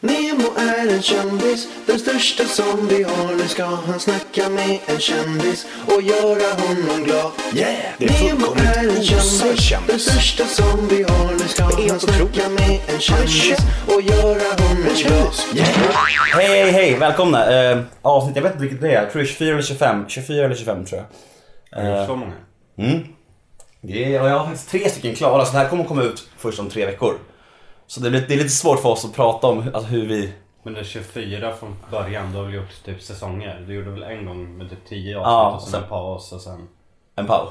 Nemo är en kändis, den största som vi har. Nu ska han snacka med en kändis och göra honom glad. Yeah! Det är Nemo fullkomligt är en osökt kändis, kändis. den största som vi har. Nu ska Det är han helt otroligt. snacka med en kändis känd. och göra honom glad. Hej, hej, hej, välkomna. Eh, avsnitt, jag vet inte vilket det är. Jag tror det är 24 eller 25. 24 eller 25 tror jag. Så många. Det är, och jag har faktiskt tre stycken klara, så det här kommer komma ut först om tre veckor. Så det, blir, det är lite svårt för oss att prata om alltså, hur vi... Men det är 24 från början, du har väl gjort typ säsonger? Du gjorde väl en gång med typ 10 avsnitt Ja, och sen, sen- en paus och sen... En paus.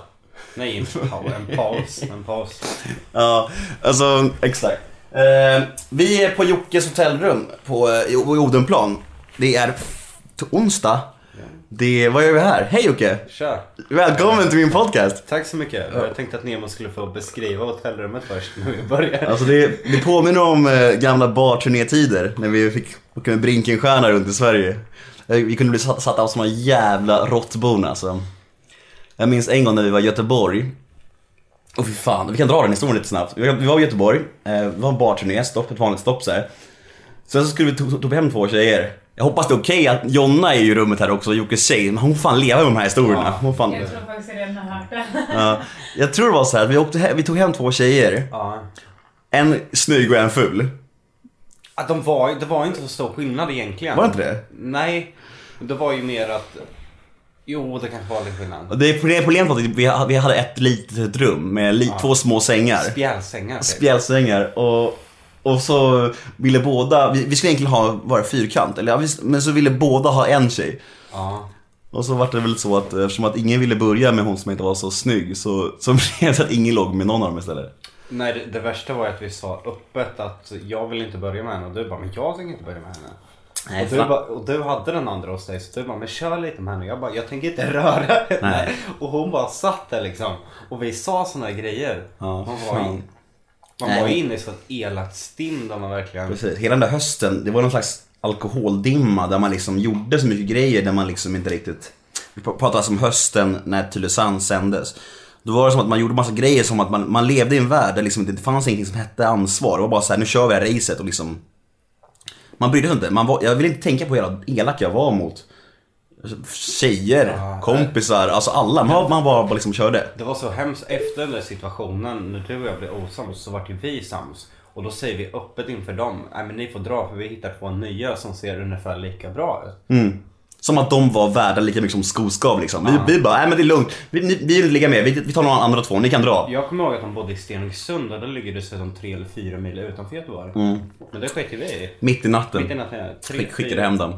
Nej, inte en paus. En paus. En paus. Ja, alltså exakt. Eh, vi är på Jockes hotellrum på, eh, i- i Odenplan. Det är f- t- onsdag. Det, vad gör vi här? Hej Jocke! Kör! Välkommen till min podcast! Tack så mycket. Jag tänkte att Nemo skulle få beskriva hotellrummet först när vi börjar. Alltså det, det påminner om eh, gamla barturnétider när vi fick åka med Brinkenstjärna runt i Sverige. Eh, Vi kunde bli satt- satta av såna jävla råttbon alltså. Jag minns en gång när vi var i Göteborg. Och fy fan, vi kan dra den historien lite snabbt. Vi var- vi var i Göteborg, eh, vi var en barturné, stopp, ett vanligt stopp så här. Sen så skulle vi ta hem två tjejer. Jag hoppas det är okej att Jonna är ju i rummet här också, Jockes tjej, men hon får fan leva med de här historierna. Ja. Hon fan, Jag tror faktiskt jag redan har hört det. ja. Jag tror det var så här att vi, åkte he- vi tog hem två tjejer. Ja. En snygg och en ful. Att de var, det var inte så stor skillnad egentligen. Var det inte det? Nej. Det var ju mer att... Jo, det kanske var lite skillnad. Och Det det problemet var att vi ha- vi hade ett litet rum med li- två små sängar. Spjälsängar. typ. Spjälsängar. Och, och så ville båda, vi, vi skulle egentligen ha bara fyrkant, eller, ja, vi- men så ville båda ha en tjej. Ja. Och så var det väl så att eftersom att ingen ville börja med hon som inte var så snygg så, så blev det att ingen låg med någon av dem istället. Nej, det, det värsta var ju att vi sa öppet att jag vill inte börja med henne och du bara, men jag tänker inte börja med henne. Nej, och, du fan. bara, och du hade den andra hos dig så du bara, men kör lite med henne. Jag bara, jag tänker inte röra henne. Nej. Och hon bara satt där liksom. Och vi sa sådana grejer. Ja, man var, fan. in, man Nej. var inne i sånt elakt stim där man verkligen... Precis, hela den där hösten, det var någon slags alkoholdimma där man liksom gjorde så mycket grejer där man liksom inte riktigt... Vi pr- pratar alltså om hösten när Tylösand sändes. Då var det som att man gjorde massa grejer som att man, man levde i en värld där liksom det inte fanns ingenting som hette ansvar. Det var bara så här, nu kör vi det här racet och liksom... Man brydde sig inte. Man var, jag vill inte tänka på hur jävla elak jag var mot tjejer, Ja, nej. kompisar, alltså alla. Man, man bara, bara liksom körde. Det var så hemskt efter den där situationen när du och jag blev osams så vart ju vi sams. Och då säger vi öppet inför dem, nej men ni får dra för vi hittar två nya som ser ungefär lika bra ut. Mm. Som att de var värda lika mycket som skoskav liksom. Vi, vi bara, nej men det är lugnt. Vi, ni, vi vill inte ligga med. Vi, vi tar några andra två, ni kan dra. Jag kommer ihåg att de bodde i Stenungsund och där ligger dessutom tre eller fyra mil utanför Göteborg. Men det skiter vi i. Mitt i natten. Mitt i natten, tre, Mm. Skick, skickade fyra. hem dem.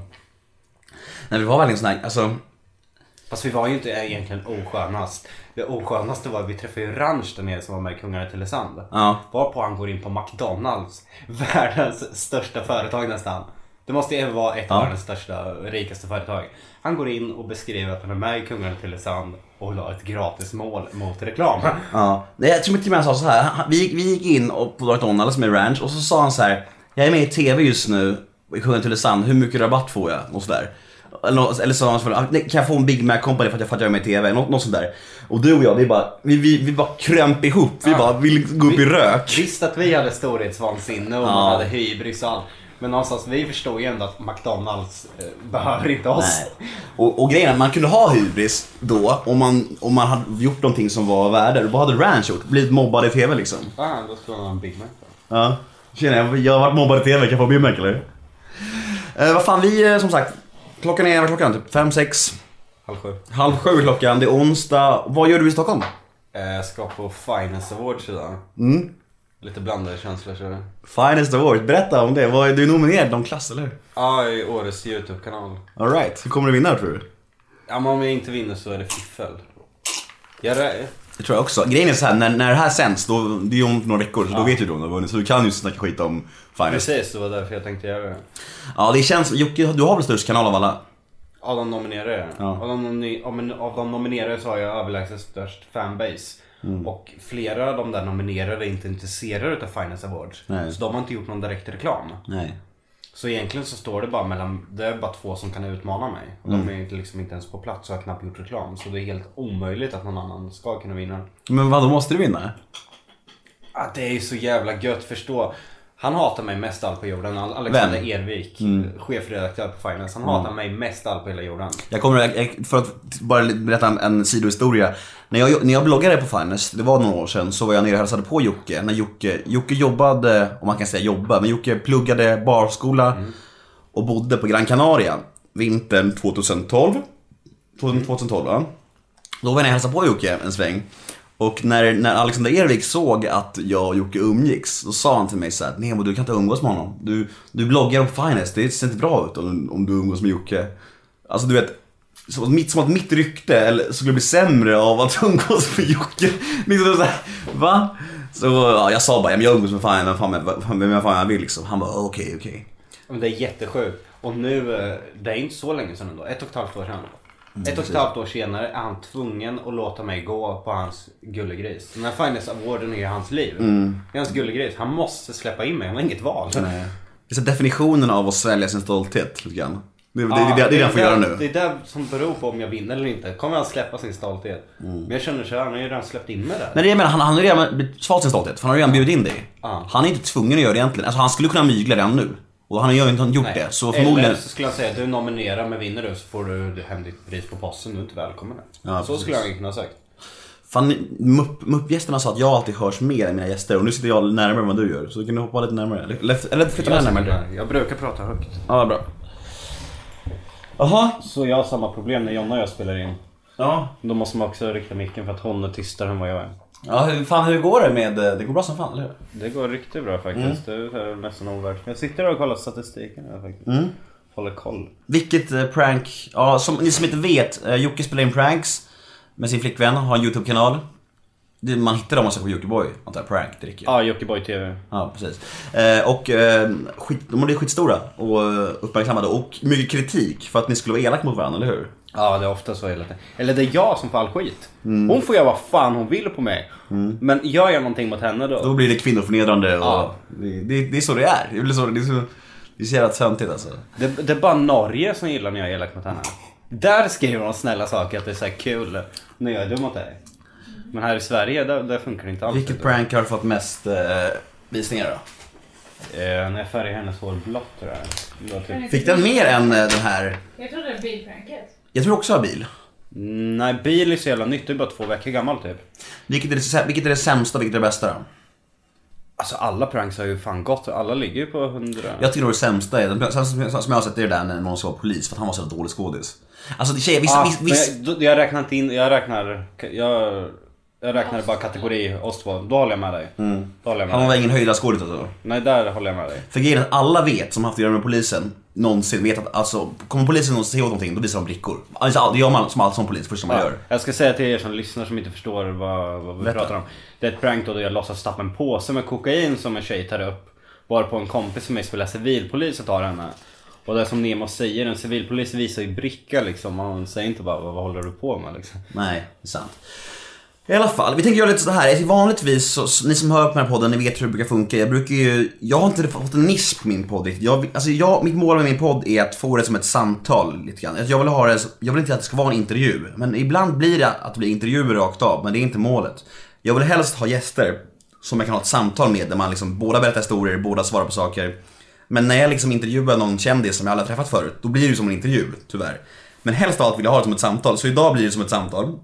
Nej, vi var verkligen sån här, alltså. Fast vi var ju inte egentligen oskönast. Det oskönaste var att vi träffade ju Ranch där nere som var med i Kungarna till Tylösand. Ja. Varpå han går in på McDonalds. Världens största företag nästan. Det måste ju även vara ett av Ja. världens största, rikaste företag. Han går in och beskriver att han är med i Kungarna till Tylösand och vill ha ett gratis mål mot reklam. Ja. Nej, jag tror till och med han sa så här. han- Vi, gick- vi gick in och på McDonalds med Ranch och så sa han så här. Jag är med i TV just nu i Kungen Tylösand, hur mycket rabatt får jag? Något sådär. Eller, nå- eller sa han så här, "Nej, kan jag få en Big Mac Company för att jag, för att jag är med i TV? Något, något sånt där. Och du och jag, vi bara, vi, vi, vi bara krömp ihop. Vi Ja. bara vill gå upp i Vi- rök. Visst att vi hade storhetsvansinne och Ja. man hade hybris och allt. Men någonstans, vi förstår ju ändå att McDonalds eh, behöver inte oss. Nej. Och, och grejen är att man kunde ha hybris då om man, om man hade gjort någonting som var värde. Vad hade Ranch gjort? Blivit mobbad i TV liksom. Fan, då skulle man ha en Big Mac då. Ja. Tjena, jag- jag har varit mobbad i TV, kan jag få Big Mac eller? Eh, vad fan, vi eh, som sagt, klockan är, vad är klockan? Typ fem, sex, Halv sju. halv sju är klockan, det är onsdag. Vad gör du i Stockholm? Eh, ska på Finance Awards idag. Mm. Lite blandade känslor så. Finest Award, berätta om det. Vad är, du är nominerad någon klass eller hur? Ja, i årets YouTube-kanal. Alright, hur kommer du vinna tror du? Ja, men om jag inte vinner så är det fiffel. Jag rä- Det tror jag också. Grejen är så här, när, när det här sänds, då, det är ju om några veckor, så då vet ju du om du har vunnit. Så du kan ju snacka skit om Finest. Precis, det var därför jag tänkte göra det. Ja, det känns, Jocke, du har väl störst kanal av alla? Av de nominerade. Ja. Av, de nomine- av, men- av de nominerade så har jag överlägset störst fanbase. Mm. Och flera av de där nominerade är inte intresserade av Finance Awards. Nej. Så de har inte gjort någon direkt reklam. Nej. Så egentligen så står det bara mellan, det är bara två som kan utmana mig. Och de är inte- liksom inte ens på plats och har knappt gjort reklam. Så det är helt omöjligt att någon annan ska kunna vinna. Men vad då måste du vinna? Ah, det är ju så jävla gött, förstå. Han hatar mig mest av allt på jorden. Alexander Vem? Ervik, chefredaktör på Finance. Han hatar mig mest av allt på hela jorden. Jag kommer, jag- jag- för att bara berätta en, en sidohistoria. När jag, när jag bloggade på Finest, det var några år sedan, så var jag nere och hälsade på Jocke. När Jocke, Jocke jobbade, om man kan säga jobba, men Jocke pluggade barskola och bodde på Gran Canaria vintern 2012. 2012 va? Då var jag nere och hälsade på Jocke en sväng. Och när, när Alexander Ervik såg att jag och Jocke umgicks, då sa han till mig såhär Nemo du kan inte umgås med honom. Du, du bloggar på Finest, det ser inte bra ut om, om du umgås med Jocke. Alltså du vet, som att mitt, som att mitt rykte eller, skulle bli sämre av att umgås med Jocke. Liksom så här, va? Så ja, jag sa bara, ja, men jag umgås med fan, vem fan, vem, vem fan jag vill liksom. Han bara, okej, okej. Men det är jättesjukt. Och nu, eh, det är inte så länge sedan ändå. Ett och ett halvt år sedan. Mm, ett och ett halvt år senare är han tvungen att låta mig gå på hans gullegris. Den här Finance Awarden är hans liv. Mm. Det är hans gullegris. Han måste släppa in mig. Han har inget val. eh, Det är så definitionen av att svälja sin stolthet lite grann. Det, det, Ja, det, det, det är det han får göra där- nu. Det är det som beror på om jag vinner eller inte. Kommer han släppa sin stolthet? Mm. Men jag känner så här, han har ju redan släppt in mig där. Nej det jag menar, han, han har ju redan svalt sin stolthet, för han har ju redan bjudit in dig. Ja. Han är inte tvungen att göra det egentligen. Alltså han skulle kunna mygla redan nu. Och han har ju inte gjort det. Så förmodligen... Eller så skulle han säga, du nominerar men vinner du så får du hem ditt pris på posten. Du är inte välkommen. Ja, så precis. skulle han ju kunna ha sagt. Fan, mupp- muppgästerna sa att jag alltid hörs mer än mina gäster och nu sitter jag närmare än vad du gör. Så du kan hoppa lite närmare. Eller- Eller, eller flytta Jag, närmare. närmare. skulle- jag brukar prata högt. Ja, bra. Jaha. Så jag har samma problem när Jonna och jag spelar in. Ja. Då måste man också rikta micken för att hon är tystare än vad jag är. Ja, hur, fan hur går det med... Det går bra som fan, eller hur? Det går riktigt bra faktiskt. Det är nästan ovärdigt. Jag sitter och kollar statistiken här faktiskt. Håller koll. Vilket eh, prank... Ja, som ni som inte vet, eh, Jocke spelar in pranks med sin flickvän, har en YouTube-kanal. Det- Man hittar dem om man söker på Jockiboi, antar jag. Prank, det räcker. Ja, ah, Jockiboi TV. Ja, precis. Eh, och eh, skit, de har blivit skitstora och eh, uppmärksammade och mycket kritik för att ni skulle vara elaka mot varandra, eller hur? Ja, det är ofta så hela tiden. Eller det är jag som får all skit. Hon får göra vad fan hon vill på mig. Men gör jag någonting mot henne då? Då blir det kvinnoförnedrande och Ja. det, det, det är så det är. Det är, väl så, det är, så, det är så jävla töntigt alltså. Det, det är bara Norge som gillar när jag är elak mot henne. Där skriver de snälla saker att det är så här kul när jag är dum mot dig. Men här i Sverige, där, där funkar det inte alls. Vilket prank har fått mest eh, visningar då? Eh, när jag färgar hennes hår blått tror jag. Det var typ... Fick den mer än eh, den här? Jag trodde det var bilpranket. Jag tror också jag har bil. Mm, Nej, bil är så jävla nytt. Det är bara två veckor gammal typ. Vilket är det, sä- vilket är det sämsta och vilket är det bästa då? Alltså alla pranks har ju fan gått. Alla ligger ju på hundra. Jag tycker nog det sämsta är, den sämsta som- som jag har sett är det där när någon ska vara polis för att han var så jävla dålig skådis. Alltså tjejer, visst, Ah, visst, men visst, jag, då- jag räknar inte in, jag räknar, jag, jag räknar bara kategori Oswald. Då håller jag med dig. Mm. Då håller jag med han dig. var ingen höjdarskådis alltså. Nej, där håller jag med dig. För grejen är att alla vet som haft att göra med polisen någonsin vet att alltså, kommer polisen och säger åt någonting då visar de brickor. Alltså, det gör man som, all- som polis först som man Ja, gör. jag ska säga till er som lyssnar som inte förstår vad, vad vi Berätta. pratar om. Det är ett prank då där jag låtsas tappa en påse med kokain som en tjej tar upp. Varpå en kompis som mig spelar civilpolis och tar henne. Och det är som Nemo säger, en civilpolis visar ju bricka liksom. Man säger inte bara vad, vad håller du på med liksom. Nej, det är sant. I alla fall, vi tänker göra lite så här. Vanligtvis, så, så, ni som hör på den här podden, ni vet hur det brukar funka. Jag brukar ju, jag har inte fått en nisch på min podd riktigt. jag, vill- alltså jag, Mitt mål med min podd är att få det som ett samtal lite grann. Alltså, Jag vill, ha det, jag vill inte att det ska vara en intervju. Men ibland blir det att det blir intervjuer rakt av, men det är inte målet. Jag vill helst ha gäster som jag kan ha ett samtal med där man liksom båda berättar historier, båda svarar på saker. Men när jag liksom intervjuar någon kändis som jag aldrig har träffat förut, då blir det ju som en intervju, tyvärr. Men helst av allt vill jag ha det som ett samtal, så idag blir det som ett samtal.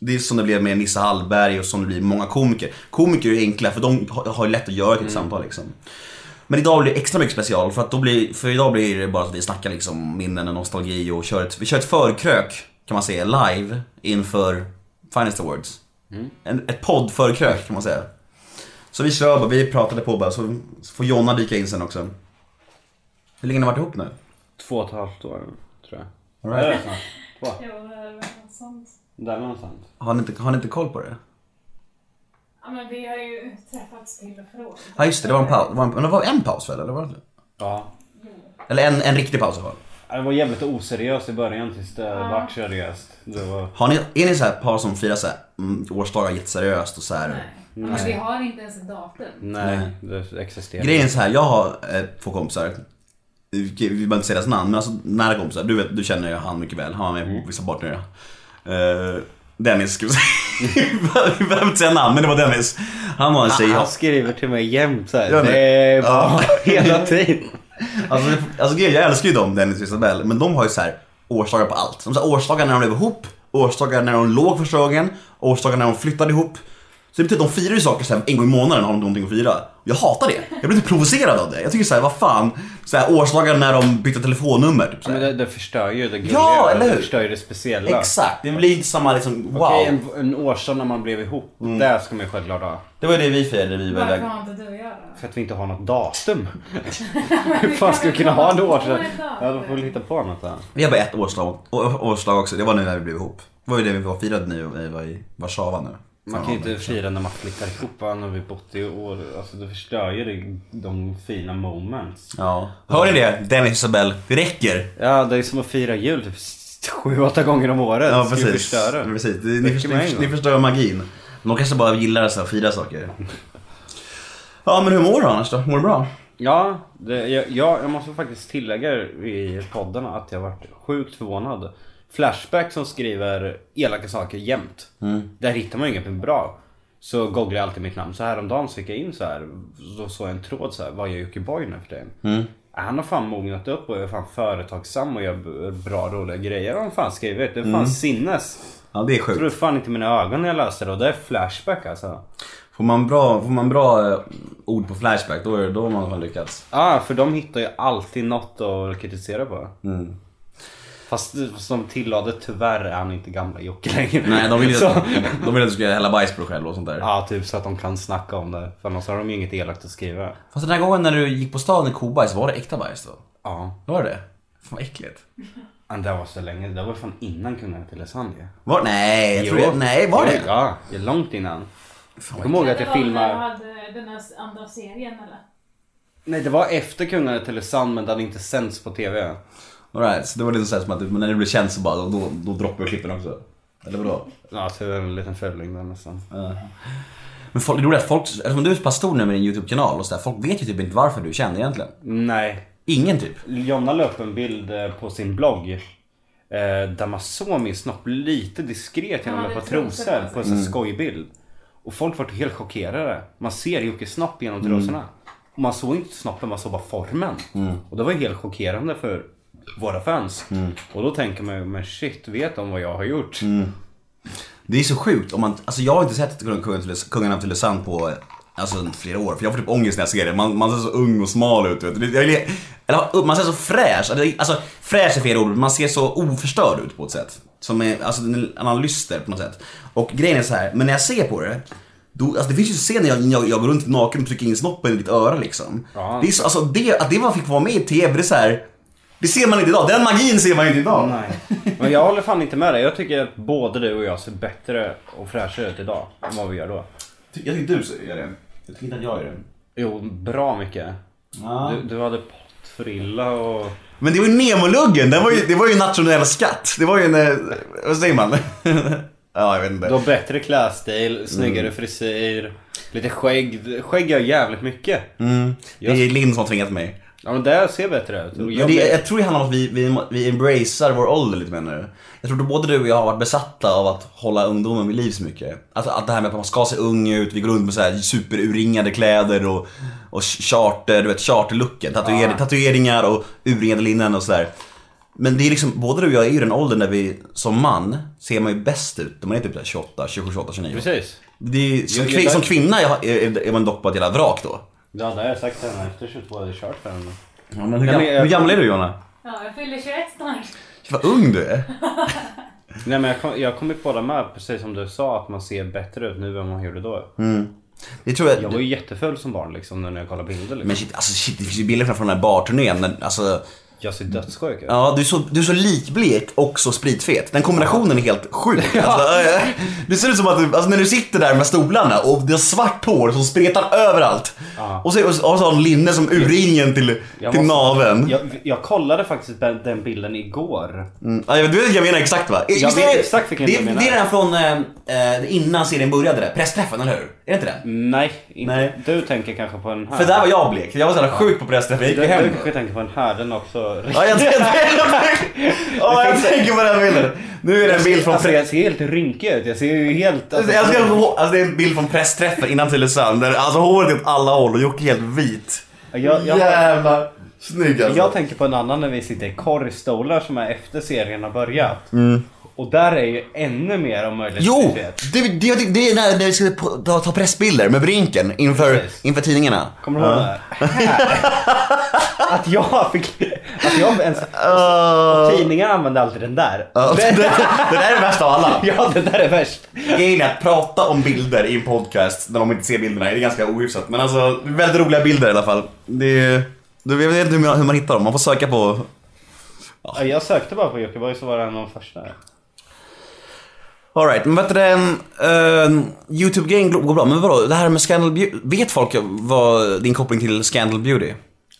Det är som det blev med Nisse Hallberg och som det blir med många komiker. Komiker är ju enkla för de har har ju lätt att göra ett samtal liksom. Men idag blir det extra mycket special för att då blir, för idag blir det bara att vi snackar liksom minnen och nostalgi och kör ett, vi kör ett förkrök kan man säga live inför Finest Awards. En, ett poddförkrök kan man säga. Så vi kör bara, vi pratade på bara så så får Jonna dyka in sen också. Hur länge har ni varit ihop nu? Två och ett halvt år tror jag. All right. Är det snart? Två? Jo, det var något sånt. Där någonstans. Har ni inte, har ni inte koll på det? Ja, men vi har ju träffats till och från. Ja just det, det var en paus. Det var en, men det var en paus väl? Eller, var det? inte? Ja. eller en, en riktig paus i alla fall. Det var jävligt oseriöst i början tills det vart seriöst. Det var... Har ni, är ni så här par som firar så här, mm, årsdagar jätteseriöst och så här? Nej. Ja, Men vi har inte ens ett datum. Nej, det existerar Grejen är så här, jag har eh, två kompisar. Vi vi behöver inte säga deras Mm. namn, men alltså nära kompisar. Du, vet, du känner ju han mycket väl, han var med på vissa partner. Eh, Dennis, ska vi säga. Vi behöver inte säga namn, men det var Dennis. Han var en tjej. Ah, Han skriver till mig jämt så här. Gör ni? Det är bara Ja. hela tiden. Alltså, alltså grejen, jag älskar ju dem, Dennis och Isabelle, men de har ju så här årsdagar på allt. De har så här årsdagar när de blev ihop, årsdagar när de låg första gången, årsdagar när de flyttade ihop. Så det betyder att de firar ju saker så här, en gång i månaden har de någonting att fira. Jag hatar det. Jag blir lite provocerad av det. Jag tycker så här, vad fan. Så här, årsdagar när de bytte telefonnummer. Typ, så Men här. det, det förstör ju det gulliga. Ja, eller hur? Det förstör ju det speciella. Exakt, det blir inte samma liksom, wow. Okej, en, en årsdag när man blev ihop. Där ska man ju självklart ha. Det var ju det vi firade när vi var Varför iväg. har inte du och jag då? För att vi inte har något datum. Hur fan ska vi kunna ha en årsdag? Ja, då får vi hitta på något där. Vi har bara ett årsdag, å- årsdag också, det var nu när vi blev ihop. Det var ju det vi var firade nu när vi var i Warszawa nu. Man kan ju inte fira när man flyttar ihop. va, När vi bott i år. Alltså det förstör ju det, de fina moments. Ja. Hör ni det? Dennis Isabelle, det räcker! Ja, det är som att fira jul typ sju, åtta gånger om året. Ja Ska vi precis. förstöra? precis. Ni, Räcker ni, förstör- med en ni, gång. ni förstör magin. De kanske bara gillar så här, att fira saker. Ja men hur mår du annars då? Mår du bra? Ja, det, jag, jag, jag måste faktiskt tillägga i podden att jag varit sjukt förvånad. Flashback som skriver elaka saker jämt. Där hittar man ju inget bra. Så googlar jag alltid mitt namn. Så häromdagen så gick jag in så här. Då såg jag en tråd så här. Vad gör Jocke Boy nu för tiden? Han har fan mognat upp och är fan företagsam och gör b- bra roliga grejer. Har han fan skrivit. Det är fan sinnes. Ja det är Jag tror sjukt. fan inte mina ögon när jag läste det. Och det är Flashback alltså. Får man bra, får man bra eh, ord på Flashback då, är, då har man fan lyckats. Ja, för de hittar ju alltid något att kritisera på. Fast eh, som tillade, tyvärr är han inte gamla Jocke längre. Nej de vill ju så, att, de vill att du ska hälla bajs på dig själv och sånt där. Ja, typ så att de kan snacka om det. För annars har de ju inget elakt att skriva. Fast den här gången när du gick på stan i kobajs, var det äkta bajs då? Ja. Var det det? Fan vad äckligt. Men det var så länge, det var fan innan kungarna till Lesandia. Var, nej, jag tror jag, nej var det? Ja, det är långt innan. Jag kommer ihåg att jag Du filmade... hade den här andra serien eller? Nej, det var efter kungarna till Lesandia men det hade inte sänts på TV. Alright, så det var lite såhär som att men när det blev känt så bara, då, då droppar vi klippen också. Eller vadå? Ja, så det var en liten fuling där nästan. Men folk, det roliga är att folk, eftersom du är så pass stor nu med din YouTube-kanal och sådär, folk vet ju typ inte varför du är känd egentligen. Nej, Ingen typ. Jonna la upp en bild eh, på sin blogg eh, där man såg min snopp lite diskret genom Ja, ett par det är trosor trosor på på en sån skojbild. Och folk var helt chockerade. Man ser Jockes snopp genom trosorna. Och man såg inte snoppen, man såg bara formen. Och det var ju helt chockerande för våra fans. Och då tänker man ju, men shit, vet de vad jag har gjort? Det är så sjukt om man, alltså jag har inte sett Kungen- Kungen till- Kungarna till Lesanne på eh, Alltså flera år, för jag får typ ångest när jag ser det. Man, man ser så ung och smal ut vet du. Det- Jag, vill- eller, man ser så fräsch, eller, alltså fräsch är fel ord, men man ser så oförstörd ut på ett sätt. Som är, alltså en annan lyster på något sätt. Och grejen är så här, men när jag ser på det, då, alltså det finns ju scener när jag, jag, jag går runt naken och trycker in snoppen i ditt öra liksom. Ja. Det är så, alltså det, att det man fick vara med i TV, det är så här, det ser man inte idag. Den magin ser man inte idag. Nej. Men jag håller fan inte med dig. Jag tycker att både du och jag ser bättre och fräschare ut idag än vad vi gör då. Jag tycker du gör det. Jag tycker inte att jag gör det. Jo, bra mycket. Du, du hade pottfrilla och... Men det var ju Nemoluggen, det var ju, det var ju nationell skatt. Det var ju en, eh, vad säger man? ja, jag vet Du inte. har bättre klädstil, Mm. snyggare frisyr, lite skägg. Skägg gör jävligt mycket. Mm. Det är Linn som har tvingat mig. Ja men det ser bättre ut. Och Men jag det, blir- jag tror det handlar om att vi, vi, vi embracear vår ålder lite mer nu. Jag tror att både du och jag har varit besatta av att hålla ungdomen vid liv så mycket. Alltså att det här med att man ska se ung ut, vi går runt med så här superurringade kläder och, och charter, du vet charterlooken. Tatuer, Ah. Tatueringar och urringade linnen och sådär. Men det är liksom, både du och jag är ju i den åldern där vi som man ser man ju bäst ut när man är typ så här 28, 27, 28, 29. Precis. Det är, som, Jag- kvin- jag- som kvinna är, är, är man dock bara ett jävla vrak då. Ja det har jag sagt till henne efter 22 hade jag kört för henne. Ja, men hur, Nej, gam- men jag- hur gammal är du Jonna? Ja, jag fyller 21 snart. Vad ung du är. Nej men jag kom, jag kom ju på det med precis som du sa att man ser bättre ut nu än man gjorde då. Mm. Det tror jag, Jag var ju jätteful som barn liksom nu när jag kollar bilder liksom. Men shit, alltså shit, det finns ju bilder från den här barturnén. men Alltså, Jag ser dödssjuk ut. ja, du är, så, du är så likblek och så spritfet. Den kombinationen är helt sjuk. Alltså, eh, det ser ut som att du, alltså, när du sitter där med stolarna och du har svart hår som spretar överallt. Ja. Och så och så har du en linne som urringen till, Jag till måste- naveln. Jag, jag kollade faktiskt den den bilden igår. Mm. Ja, jag vet- du vet vilken jag menar exakt va? Jag Visst är vet det- exakt vilken det, jag menar. Det är den från eh, eh, innan serien började där, pressträffen eller hur? Är det inte den? Nej, inte. Nej. Du tänker kanske på den här. För där var jag blek, jag var så jävla sjuk på pressträffen, jag gick Du, ju hem. du kanske tänker på den här, den är också Ja, jag, jag, jag, jag, jag, jag tänker på den bilden. Nu är det en bild från alltså, Fred. jag ser helt rynkig ut. Jag ser ju helt... Alltså, jag ska, alltså, det är en bild från pressträffen innan Tylösand. där Alltså håret åt alla håll och Jocke är helt vit. jag, jag, Jävlar snygg alltså. Jag tänker på en annan när vi sitter i korvstolar som är efter serien har börjat. Och där är ju ännu mer om möjligt Mm. Jo! frihet. Det, det, det, det är när, när vi skulle på- ta, ta pressbilder med Brinken inför, Precis. inför tidningarna. Kommer du ihåg det? här? att jag fick... Att jag ens... Uh, Tidningar använder alltid den där. det, Den, det där är värst av alla. ja, den där är värst. Grejen är att prata om bilder i en podcast när de inte ser bilderna, det är ganska ohyfsat. Men alltså, det är väldigt roliga bilder i alla fall. Det är, du, jag vet inte hur man, hur man hittar dem, man får söka på... Jag sökte bara på Jockiboi så var det en av de första. Alright, men vet du ehm, Youtube-grejen går bra, men vadå? Det här med Scandal Beauty, vet folk vad din koppling till Scandal Beauty?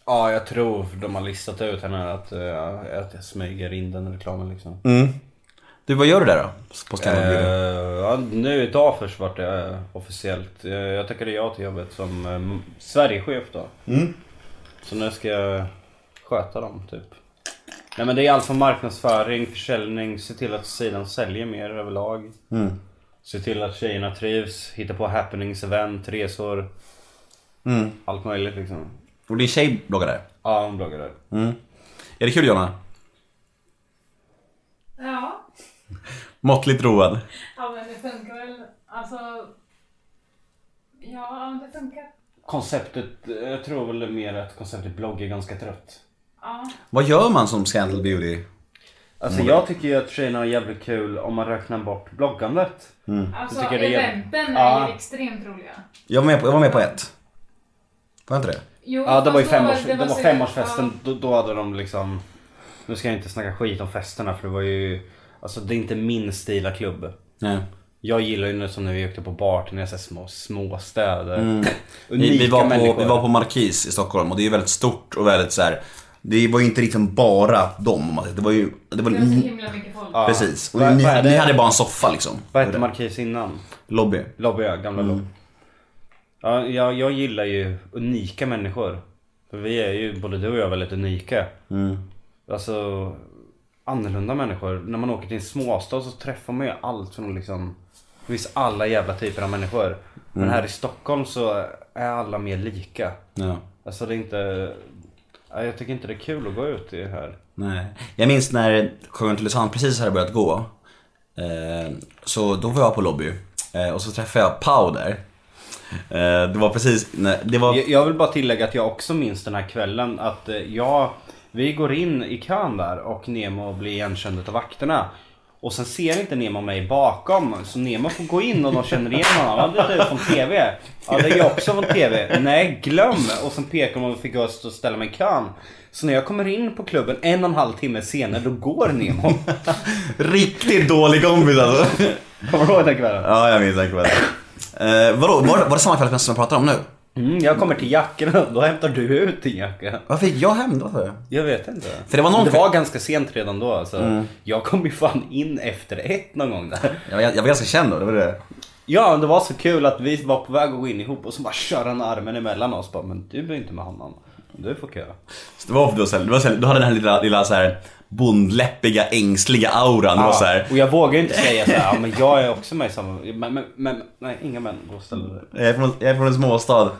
Ja, jag tror de har listat ut henne att, eh, att jag smyger in den reklamen liksom. Du, vad gör du där då? På Scandal Beauty? Eh, ja, nu idag först vart det eh, officiellt. Eh, jag tackade ja till jobbet som uh, Sverigechef då. Så nu ska jag sköta dem typ. Nej men det är allt från marknadsföring, försäljning, se till att sidan säljer mer överlag. Se till att tjejerna trivs, hitta på happenings, event, resor. Mm. Allt möjligt liksom. Och din tjej bloggar där? Ja, hon bloggar där. Är det kul Jonna? Ja. Måttligt road. ja, men det funkar väl. Alltså... Ja, det funkar. Konceptet, jag tror väl mer att konceptet blogg är ganska trött. Ja. Vad gör man som Scandal Beauty? Alltså jag tycker ju att tjejerna har jävligt kul om man räknar bort bloggandet. Alltså, Jag Mm. tycker det är- eventen är Ja. ju extremt roliga. Jag var med på, jag var med på ett. Var jag inte det? Jo, Ja det var ju fast då femårs, det var så- femårsfesten, då, då hade de liksom... Nu ska jag inte snacka skit om festerna för det var ju... Alltså det är inte min stila klubb. Nej. Jag gillar ju nu som när vi åkte på barturnén, så här små, små städer. Mm. Unika Vi, vi, var på, människor. vi var på Markis i Stockholm och det är ju väldigt stort och väldigt så här. Det var ju inte liksom bara dem om man säger. Det var ju... Det var, Det var Mm. så himla mycket folk. Ja. precis. Och Vad- ni, vad är det? ni hade bara en soffa liksom. Vad hette Markis innan? Lobby. Lobby ja, gamla Lobby. Ja, jag, jag gillar ju unika människor. För vi är ju, både du och jag, väldigt unika. Alltså annorlunda människor. När man åker till en småstad så träffar man ju allt från liksom... Det finns alla jävla typer av människor. Men här i Stockholm så är alla mer lika. Ja. Alltså det är inte... ja, Jag tycker inte det är kul att gå ut i här. Nej. Jag minns när Sjöön till Ulricehamn precis hade börjat gå. Eh, så då var jag på Lobby. Eh, och så träffade jag Pau där. Eh, det var precis när, det var... Jag, jag vill bara tillägga att jag också minns den här kvällen att eh, jag, vi går in i kön där och Nemo blir igenkänd av vakterna. Och sen ser inte Nemo mig bakom så Nemo får gå in och de känner igen honom. Ja, det är du från TV. Ja, det är jag också från TV. Nej, glöm! Och sen pekar de och fick jag stå och ställa mig i kön. Så när jag kommer in på klubben en och en halv timme senare då går Nemo. Riktigt dålig kompis alltså. Kommer du ihåg den kvällen? ja, jag minns den kvällen. Eh, vadå, var, det- var det samma kväll som jag pratar om nu? Mm, jag kommer till jackan då hämtar du ut din jacka. Varför gick jag hem då för? Jag vet inte. För det var någon- det var ganska sent redan då. Alltså. Jag kom ju fan in efter ett någon gång där. Jag, jag, jag var ganska känd då, det var det. Ja, men det var så kul att vi var på väg att gå in ihop och så bara kör han armen emellan oss. Bara, men du är inte med honom. Du får köa. Så Det var för du var så här- du, var så här- du hade den här lilla, lilla så här bondläppiga, ängsliga auran. Det var så här, Och jag vågar ju inte säga så här, "Ja, men jag är också med i samma... Men, men, men nej, inga män. Gå och ställ dig. Jag är från, jag är från en småstad. Eh,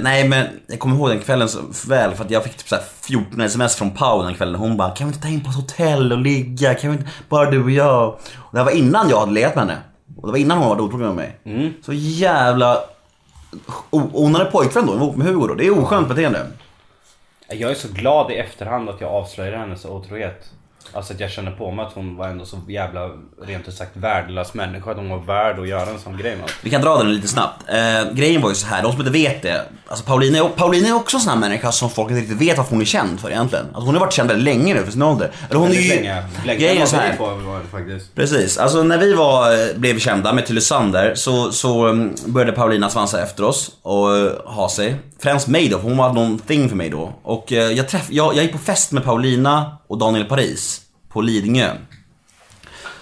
nej men jag kommer ihåg den kvällen så väl för att jag fick typ så här 14 sms från Pau den kvällen. Hon bara, kan vi inte ta in på ett hotell och ligga? Kan vi inte, bara du och jag. Och det här var innan jag hade legat med henne. Och det var innan hon var otrogen med mig. Så jävla... o- Hon hade pojkvän då, hon var ihop med Hugo då. Det är oskönt beteende. Jag är så glad i efterhand att jag avslöjade hennes otrohet. Alltså att jag känner på mig att hon var ändå så jävla, rent ut sagt, värdelös människa. Att hon var värd att göra en sån grej med. oss. Vi kan dra den lite snabbt. Eh, grejen var ju så här, de som inte vet det. Alltså Paulina, är- Paulina är också en sån här människa som folk inte riktigt vet varför hon är känd för egentligen. Alltså hon har varit känd väldigt länge nu för sin ålder. Eller hon är ju... Grejen är så här. faktiskt. Precis, alltså när vi var, blev kända med Tylösander så, så um, började Paulina svansa efter oss och uh, ha sig. Främst mig då, för hon var någonting för mig då. Och uh, jag, träff, jag, jag gick på fest med Paulina och Daniel Paris på Lidingö.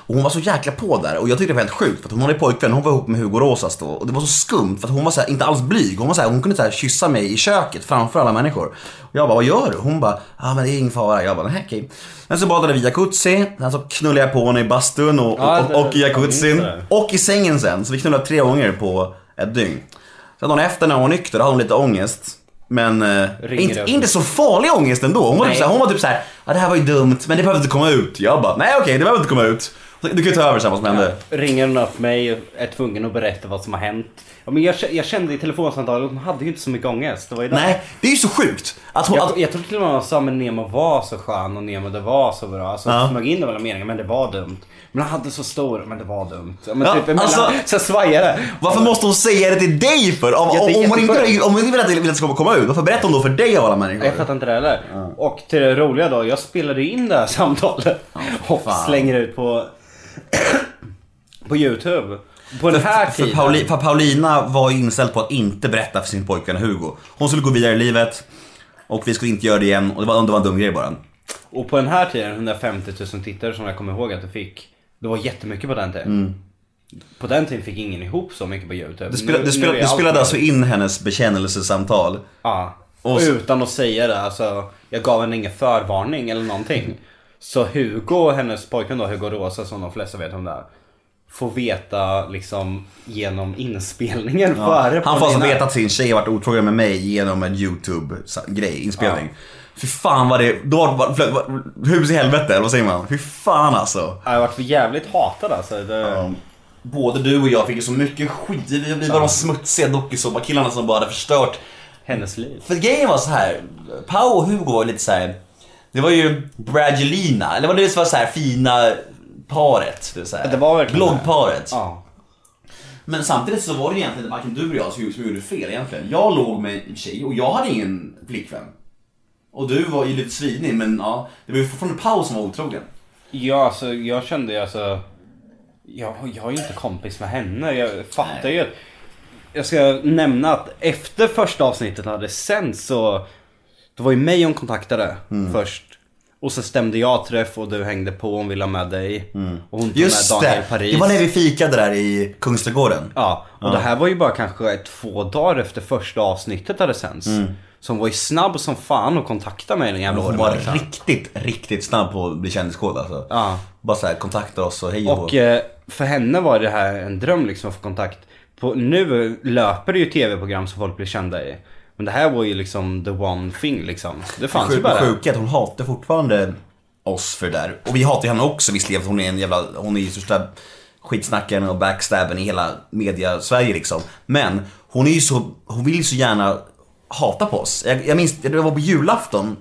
Och hon var så jäkla på där och jag tyckte det var helt sjukt för att hon hade pojkvän, hon var ihop med Hugo Rosas då och det var så skumt för att hon var så här, inte alls blyg. Hon var så här, hon kunde så här, kyssa mig i köket framför alla människor. Och jag bara, vad gör du? Hon bara, ja ah, men det är ingen fara. Jag bara, nej okej. Men så badade vi i jacuzzi, sen så knullade jag på henne i bastun och, Ja, och, och, och i jag minns jacuzzin. det. Och i sängen sen, så vi knullade tre gånger på ett dygn. Sen dagen efter när hon var nykter, då hade hon lite ångest. Men eh, Ringer inte, upp. inte så farlig ångest ändå. Hon var, typ Nej. såhär, hon var typ såhär, ja det här var ju dumt men det behöver inte komma ut. Jag bara, nej okej det behöver inte komma ut. Du kan ju ta över sen vad som hände. Ringer hon upp mig och är tvungen att berätta vad som har hänt. Ja, men jag, k- jag kände i telefonsamtalet att hon hade ju inte så mycket ångest. Det var ju det. Nej, det är ju så sjukt. Att hon, att, Jag, jag tror till och med hon sa men Nemo var så skön och Nemo det var så bra. Alltså Ja. ja. smög in det mellan meningarna men det var dumt. Men han hade så stor, men det var dumt. Ja, Men Ja, typ emellan, alltså- så svajade det. varför måste hon säga det till dig för? Om, Ja, det är om, om hon inte, jätteskönt. om hon inte vill att det vill att det ska komma ut, varför berättar hon då för dig av alla Jag människor? fattar inte det heller. Och till det roliga då, jag spelade in det här samtalet. och fan. slänger ut på... på YouTube. På den här För, tiden. Pauli, för Paulina var ju inställd på att inte berätta för sin pojkvän Hugo. Hon skulle gå vidare i livet och vi skulle inte göra det igen och det var, det var en dum grej bara. Och på den här tiden, 150 000 tittare som jag kommer ihåg att det fick. Det var jättemycket på den tiden. På den tiden fick ingen ihop så mycket på YouTube. Du, Mm. spela, Nu- du, spela, nu är du allt spelade möjligt. alltså in hennes bekännelsesamtal. Ja. Och Och så- utan att säga det, alltså. Jag gav henne ingen förvarning eller någonting. Så Hugo och hennes pojkvän då, Hugo Rosa som de flesta vet om det är. Får veta liksom genom inspelningen före. Han får alltså Paulina. veta att sin tjej har varit otrogen med mig genom en YouTube-grej, inspelning. Fy fan vad det, då var, var, var hus i helvete, eller vad säger man? Fy fan alltså. Ja, Jag vart för jävligt hatad alltså. Det... Både du och jag fick ju så mycket skit, vi vi var de smutsiga dokusåpakillarna som bara hade förstört Hennes liv. För grejen var så här. Pau och Hugo var ju lite så här. Det var ju Bragelina, eller vad det var, det som var så här fina paret. Det, så här, Det var verkligen det. bloggparet. Ja. Men samtidigt så var det egentligen varken du eller jag som, som gjorde fel egentligen. Jag låg med en tjej och jag hade ingen flickvän. Och du var ju lite svinig men ja, det var ju fortfarande Pau som var otrogen. Ja, alltså jag kände ju alltså... Jag, jag är ju inte kompis med henne. Jag fattar Nej. ju att... Jag ska nämna att efter första avsnittet hade sänts så... Det var ju mig hon kontaktade Mm. först. Och så stämde jag träff och du hängde på. Hon ville ha med dig. Och hon tog med Daniel Paris. Mm. Det var när vi fikade där i Kungsträdgården. Ja, och det här var ju bara kanske två dagar efter första avsnittet hade sänts. Så hon var ju snabb som fan att kontakta mig den jävla Mm. Hon var ormen. liksom. riktigt, riktigt snabb på att bli kändiskod alltså. Ja. Bara såhär kontakta oss och hej Och eh, för henne var det här en dröm liksom att få kontakt. På, nu löper det ju tv-program som folk blir kända i. Men det här var ju liksom the one thing liksom. Det fanns ju Sjuk, bara. sjuka är att hon hatar fortfarande oss för det där. Och vi hatar ju henne också visserligen för hon är en jävla, hon är ju största skitsnackaren och backstabben i hela media-Sverige liksom. Men hon är ju så, hon vill ju så gärna hata på oss. Jag, jag minns, det var på julafton,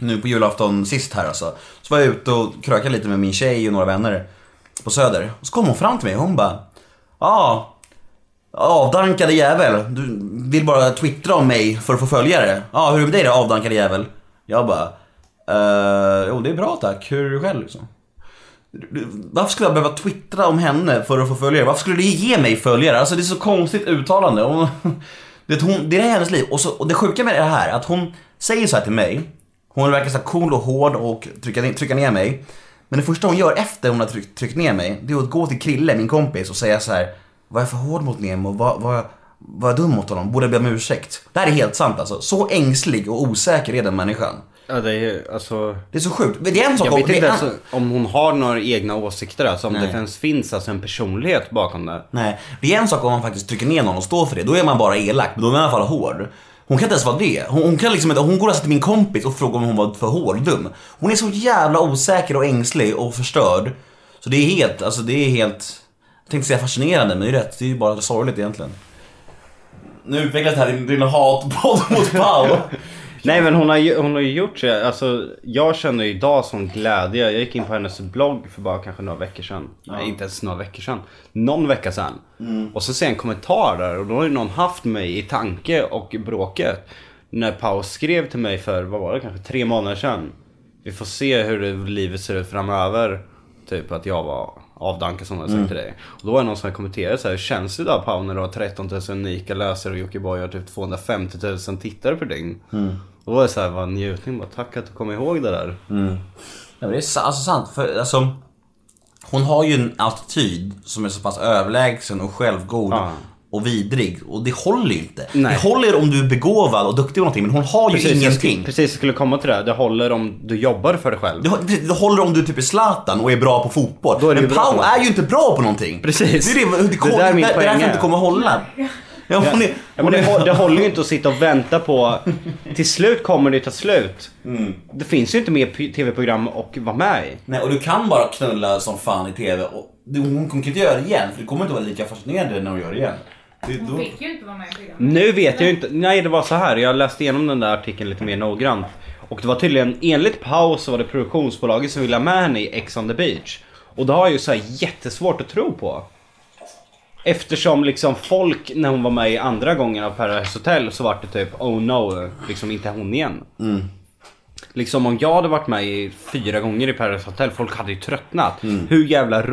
nu på julafton sist här alltså. Så var jag ute och krökade lite med min tjej och några vänner på Söder. Och så kom hon fram till mig och hon bara, ja ah, Avdankade jävel. Du vill bara twittra om mig för att få följare. Ja, hur är det med dig då avdankade jävel? Jag bara, eh, jo det är bra tack. Hur är du själv liksom? Du- du- Varför skulle jag behöva twittra om henne för att få följare? Varför skulle det ge mig följare? Alltså det är så konstigt uttalande. Hon, du vet, hon, det är hennes liv. Och, så, och det sjuka med det här, att hon säger så här till mig. Hon verkar så här cool och hård och trycka, ner- trycka ner mig. Men det första hon gör efter hon har tryckt, tryckt ner mig, det är att gå till Krille, min kompis, och säga så här. Var jag för hård mot Nemo? Var, var, jag- var jag dum mot honom? Borde jag be om ursäkt? Det här är helt sant alltså. Så ängslig och osäker är den människan. Ja, det är ju, alltså, Det är så sjukt. Det är en sak jag vet det är inte alltså, en- ens om hon har några egna åsikter. Alltså om Nej. det ens finns alltså, en personlighet bakom det. Nej, det är en sak om man faktiskt trycker ner någon och står för det. Då är man bara elak, men då är man i alla fall hård. Hon kan inte ens vara det. Hon, hon, kan liksom inte, hon går alltså till min kompis och frågar om hon var för hård och dum. Hon är så jävla osäker och ängslig och förstörd. Så det är helt, alltså det är helt, jag tänkte säga fascinerande men det är ju rätt. Det är ju bara sorgligt egentligen. Nu utvecklas det här till din hatpodd mot Pau. Nej men hon har ju, hon har ju gjort så. Alltså, jag känner ju idag som glädje. Jag gick in på hennes blogg för bara kanske några veckor sedan. Nej inte ens några veckor sedan. Någon vecka sedan. Och så ser jag en kommentar där och då har ju någon haft mig i tanke och i bråket. När Pau skrev till mig för, vad var det, kanske tre månader sedan. Vi får se hur det- livet ser ut framöver. Typ att jag var avdankad som jag sagt till dig. Och då var det någon som kommenterade så här, hur känns det idag Pau när du har 13 000 unika läsare och Jockiboi har typ 250 000 tittare per dygn? Då var det så här, vad en njutning bara, tack att du kom ihåg det där. Nej, men det är sa- alltså sant. För, alltså, Hon har ju en attityd som är så pass överlägsen och självgod Ja. och vidrig. Och det håller ju inte. Nej. Det håller om du är begåvad och duktig på någonting men hon har ju jag sk- ingenting. precis, jag skulle komma till det. här. Det håller om du jobbar för dig själv. Det, hå- det, det håller om du typ är Zlatan och är bra på fotboll. Då är det men ju bra Pau på något. är ju inte bra på någonting. Precis. Det är det, det, det, Det där är min det, det är poäng därför är. det inte kommer hålla. Ja, hon är, Ja, men det, hå- det håller ju inte att sitta och vänta på... Till slut kommer det ta slut. Det finns ju inte mer p- tv-program att vara med i. Nej, och du kan bara knulla som fan i TV och du, hon kommer inte göra det igen för du kommer inte vara lika fascinerad när hon gör det igen. Det, Hon då, fick ju inte vara med i programmet. Nu vet jag ju inte. Nej, det var så här. Jag läste igenom den där artikeln lite mer noggrant. Och det var tydligen, enligt Pau så var det produktionsbolaget som ville ha med henne i Ex on the beach. Och det har jag ju så här jättesvårt att tro på. Eftersom liksom folk, när hon var med i andra gången av Paradise Hotel så var det typ oh no, liksom inte hon igen. Liksom om jag hade varit med i fyra gånger i Paradise Hotel, folk hade ju tröttnat. Hur jävla ro-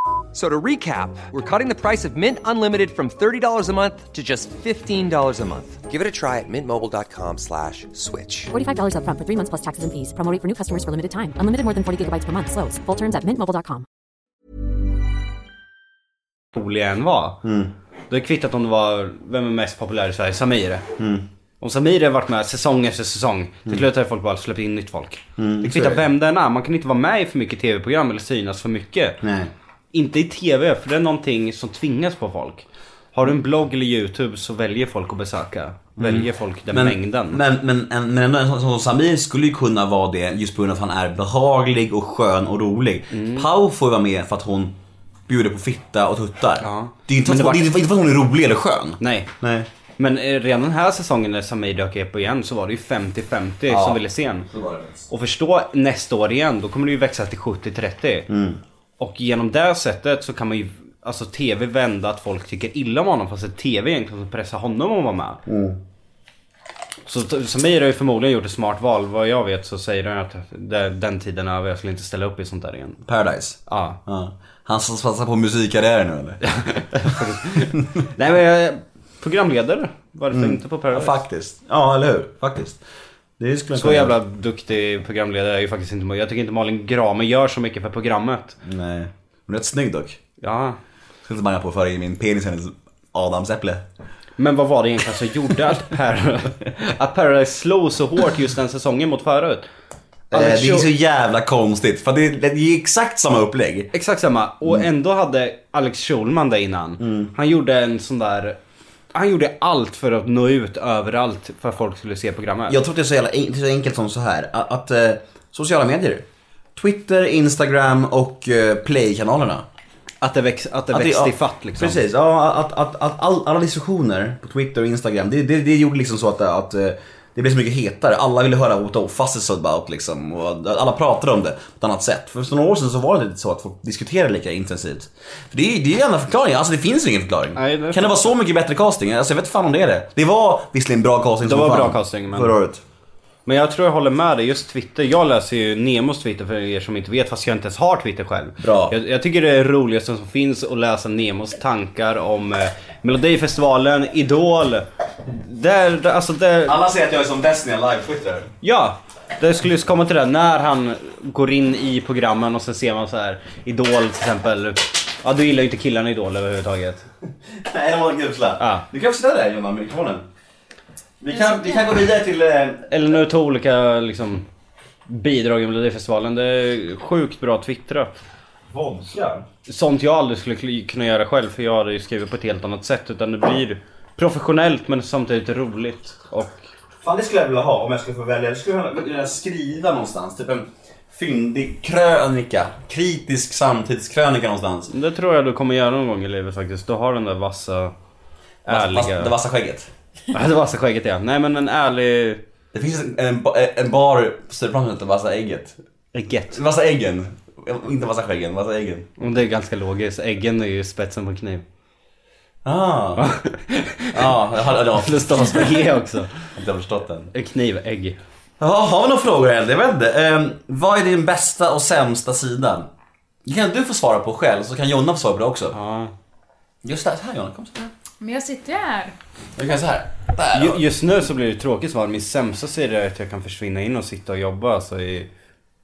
a-" So to recap, we're cutting the price of Mint Unlimited from $30 a month to just $15 a month. Give it a try at mintmobile.com slash switch. $45 upfront for three months plus taxes and fees. Promo rate for new customers for limited time. Unlimited more than 40 gigabytes per month. Slows. Full terms at mintmobile.com. rolig jag än var. Då är det kvittat om det var, vem är mest populär i Sverige? Samir. Om Samir har varit med säsong efter säsong, till slut har folk bara släppt in nytt folk. det kvittar vem den är, man kan inte vara med i för mycket tv-program eller synas för mycket. Nej. Inte i tv, för det är någonting som tvingas på folk. Har du en blogg eller youtube så väljer folk att besöka. Väljer folk den mängden. Men, men, en- men ändå en sån som Samir skulle ju kunna vara det just på grund av att han är behaglig och skön och rolig. Mm. Pau får ju vara med för att hon bjuder på fitta och tuttar. Ja. Det är ju inte, Men för det att- var- det är inte för att hon är rolig eller skön. Nej. Nej. Men eh, redan den här säsongen när Samir dök upp igen så var det ju 50-50 som ville se en. Och förstå nästa år igen, då kommer det ju växa till 70-30. Och genom det sättet så kan man ju Alltså TV vända att folk tycker illa om honom fast det är TV egentligen som pressar honom att vara med. Så t- Samir har ju förmodligen gjort ett smart val. Vad jag vet så säger han att det, den tiden är över, jag skulle inte ställa upp i sånt där igen. Paradise. Ja. Ja. Han som satsar på musikkarriär nu eller? Nej men jag- programledare. Varför inte på Paradise? Faktiskt. Ja, eller hur? Faktiskt. Det skulle jag Så kunna- jävla duktig programledare är ju faktiskt inte Jag tycker inte Malin Gramer gör så mycket för programmet. Nej. Hon är rätt snygg dock. Ja. Ska inte banna på för i min penis i hennes adamsäpple. Men vad var det egentligen som gjorde att, Par- att Paradise slog så hårt just den säsongen mot förut? Eh, Alex Det är Schul- så jävla konstigt för det det är exakt samma upplägg. Exakt samma. Och Mm. ändå hade Alex Schulman det innan. Han gjorde en sån där... Han gjorde allt för att nå ut överallt för att folk skulle se programmet. Jag tror att det är så, jävla, en- det är så enkelt som så här att, att eh, sociala medier, Twitter, Instagram och eh, Play-kanalerna. Att det, väx, att det Att det- växte ja, i fatt liksom. Precis, ja, att, att, att, all, alla diskussioner på Twitter och Instagram, det, det, det gjorde liksom så att, att eh, det blev så mycket hetare. Alla ville höra what the fuss is about liksom. Och alla pratade om det på ett annat sätt. För för några år sedan så var det lite så att folk diskuterade lika intensivt. För det, är- det är ju enda förklaringen, alltså det finns ju ingen förklaring. Nej, det är kan det vara så mycket bättre casting? Alltså jag vet fan om det är det. Det var visserligen bra casting Det som var fan bra casting, men- Förra året. Men jag tror jag håller med dig, just Twitter. Jag läser ju Nemos Twitter för er som inte vet fast jag inte ens har Twitter själv. Bra. Jag, jag tycker det är roligast som finns att läsa Nemos tankar om eh, Melodifestivalen, Idol. Där, där, alltså där... Alla säger att jag är som bäst när jag live-twittrar. Ja! Det skulle just komma till det, när han går in i programmen och sen ser man så här Idol till exempel. Ja, du gillar ju inte killarna i Idol överhuvudtaget. Nej, de var usla. Ja. Du kan få sitta där Jonna, med mikrofonen. Vi kan, vi kan gå vidare till... eh, Eller när du tar olika liksom, bidrag i Melodifestivalen. Det är sjukt bra twittrat. Vodka? sånt jag aldrig skulle kli- kunna göra själv för jag hade ju skrivit på ett helt annat sätt utan det blir professionellt men samtidigt roligt och Fan det skulle jag vilja ha om jag skulle få välja. Jag skulle vilja skriva någonstans. Typ en fyndig krönika. Kritisk samtidskrönika någonstans. Det tror jag du kommer göra någon gång i livet faktiskt. Du har den där vassa... Fast, Ärliga... det vassa skägget. Ja, det vassa skägget ja. Nej men en ärlig... Det finns en, en, ba- en bar på Söderplan som heter Vassa ägget. Ägget. Vassa äggen. Inte Vassa skäggen, Vassa äggen. Och det är ganska logiskt. Äggen är ju spetsen på kniv. Ah. ah, jag hade, jag hade Det stavas med G också. inte förstått den. En kniv, ägg. Jaha, har vi några frågor än? Jag vet inte. Ehm, vad är din bästa och sämsta sida? Det kan du få svara på själv, så kan Jonna få svara på det också. Ja. Just det, här Jonna, kom så här. Men jag sitter ju här. Du kan så här. Där. Ju- Just nu så blir det ju tråkigt svar. Min sämsta sida är att jag kan försvinna in och sitta och jobba alltså, i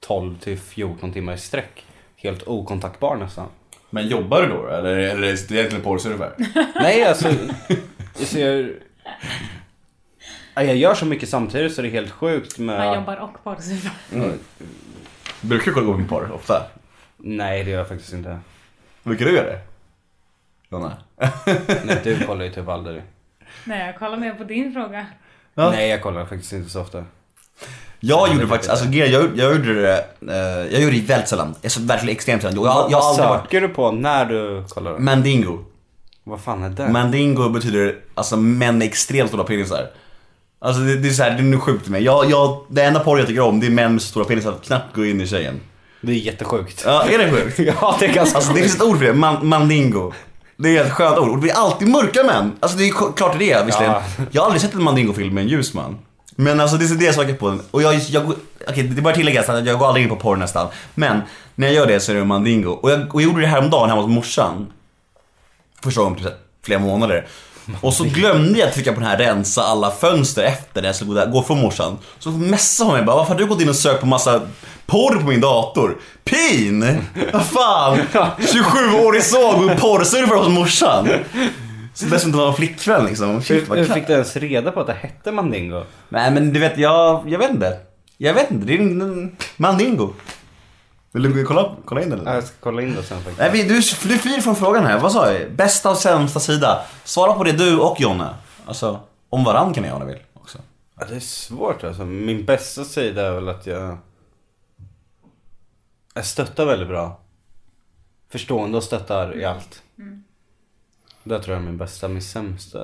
12 till 14 timmar i sträck. Helt okontaktbar nästan. Men jobbar du då? Eller, eller är det egentligen porrsurfar? Nej alltså. Så jag, Ja, jag gör så mycket samtidigt så det är helt sjukt med... Jag jobbar och porrsurfar. Brukar du kolla på min porr ofta? Nej det gör jag faktiskt inte. Brukar du göra det? Jonna? Nej du kollar ju typ aldrig. Nej, jag kollar mer på din fråga. Ja. Nej jag kollar faktiskt inte så ofta. Jag gjorde faktiskt, alltså grejen, jag, jag gjorde det, eh, jag gjorde det väldigt sällan. Jag är verkligen extremt sällan. Jag, jag, jag har Vad aldrig varit... söker du på när du kollar? Mandingo. Vad fan är det? Mandingo betyder alltså män med extremt stora penisar. Alltså det, det är så här, det är nu sjukt mig. Jag, jag, det enda porr jag tycker om det är män med så stora penisar att knappt går in i tjejen. Det är jättesjukt. Ja, är det sjukt? Ja det är ganska Alltså det finns ett ord för det, man, mandingo. Det är ett skönt ord. Och det är alltid mörka män. Alltså det är k- klart det är visserligen. Ja. Jag har aldrig sett en mandingo-film med en ljus man. Men alltså det är så det jag söker på. Och jag, jag går- okej det bör tilläggas att jag går aldrig in på porr nästan. Men när jag gör det så är det mandingo. Och jag, och jag gjorde det häromdagen hemma hos morsan. Första gången på typ flera månader. Och så glömde jag trycka på den här rensa alla fönster efter det jag skulle gå, där, gå från morsan. Så messade hon mig bara, varför har du gått in och sökt på massa porr på min dator? Pin! Vad fan! 27-årig son går och porrsurfar hos morsan. Så dessutom var hon flickvän liksom. Shit, vad Hur fick knäppt. du ens reda på att det hette mandingo? Nej men du vet, jag, jag vet inte. Jag vet inte, det är en- en mandingo. Vill du gå och kolla, kolla in den? Ja, Jag ska kolla in det sen faktiskt. Nej, vi- du, du flyr från frågan här. Vad sa jag? Bästa och sämsta sida. Svara på det du och Jonne. Alltså, om varann kan ni göra om ni vill också. Ja, det är svårt alltså. Min bästa sida är väl att jag... Jag stöttar väldigt bra. Förstående och stöttar i allt. Det tror jag är min bästa, min sämsta.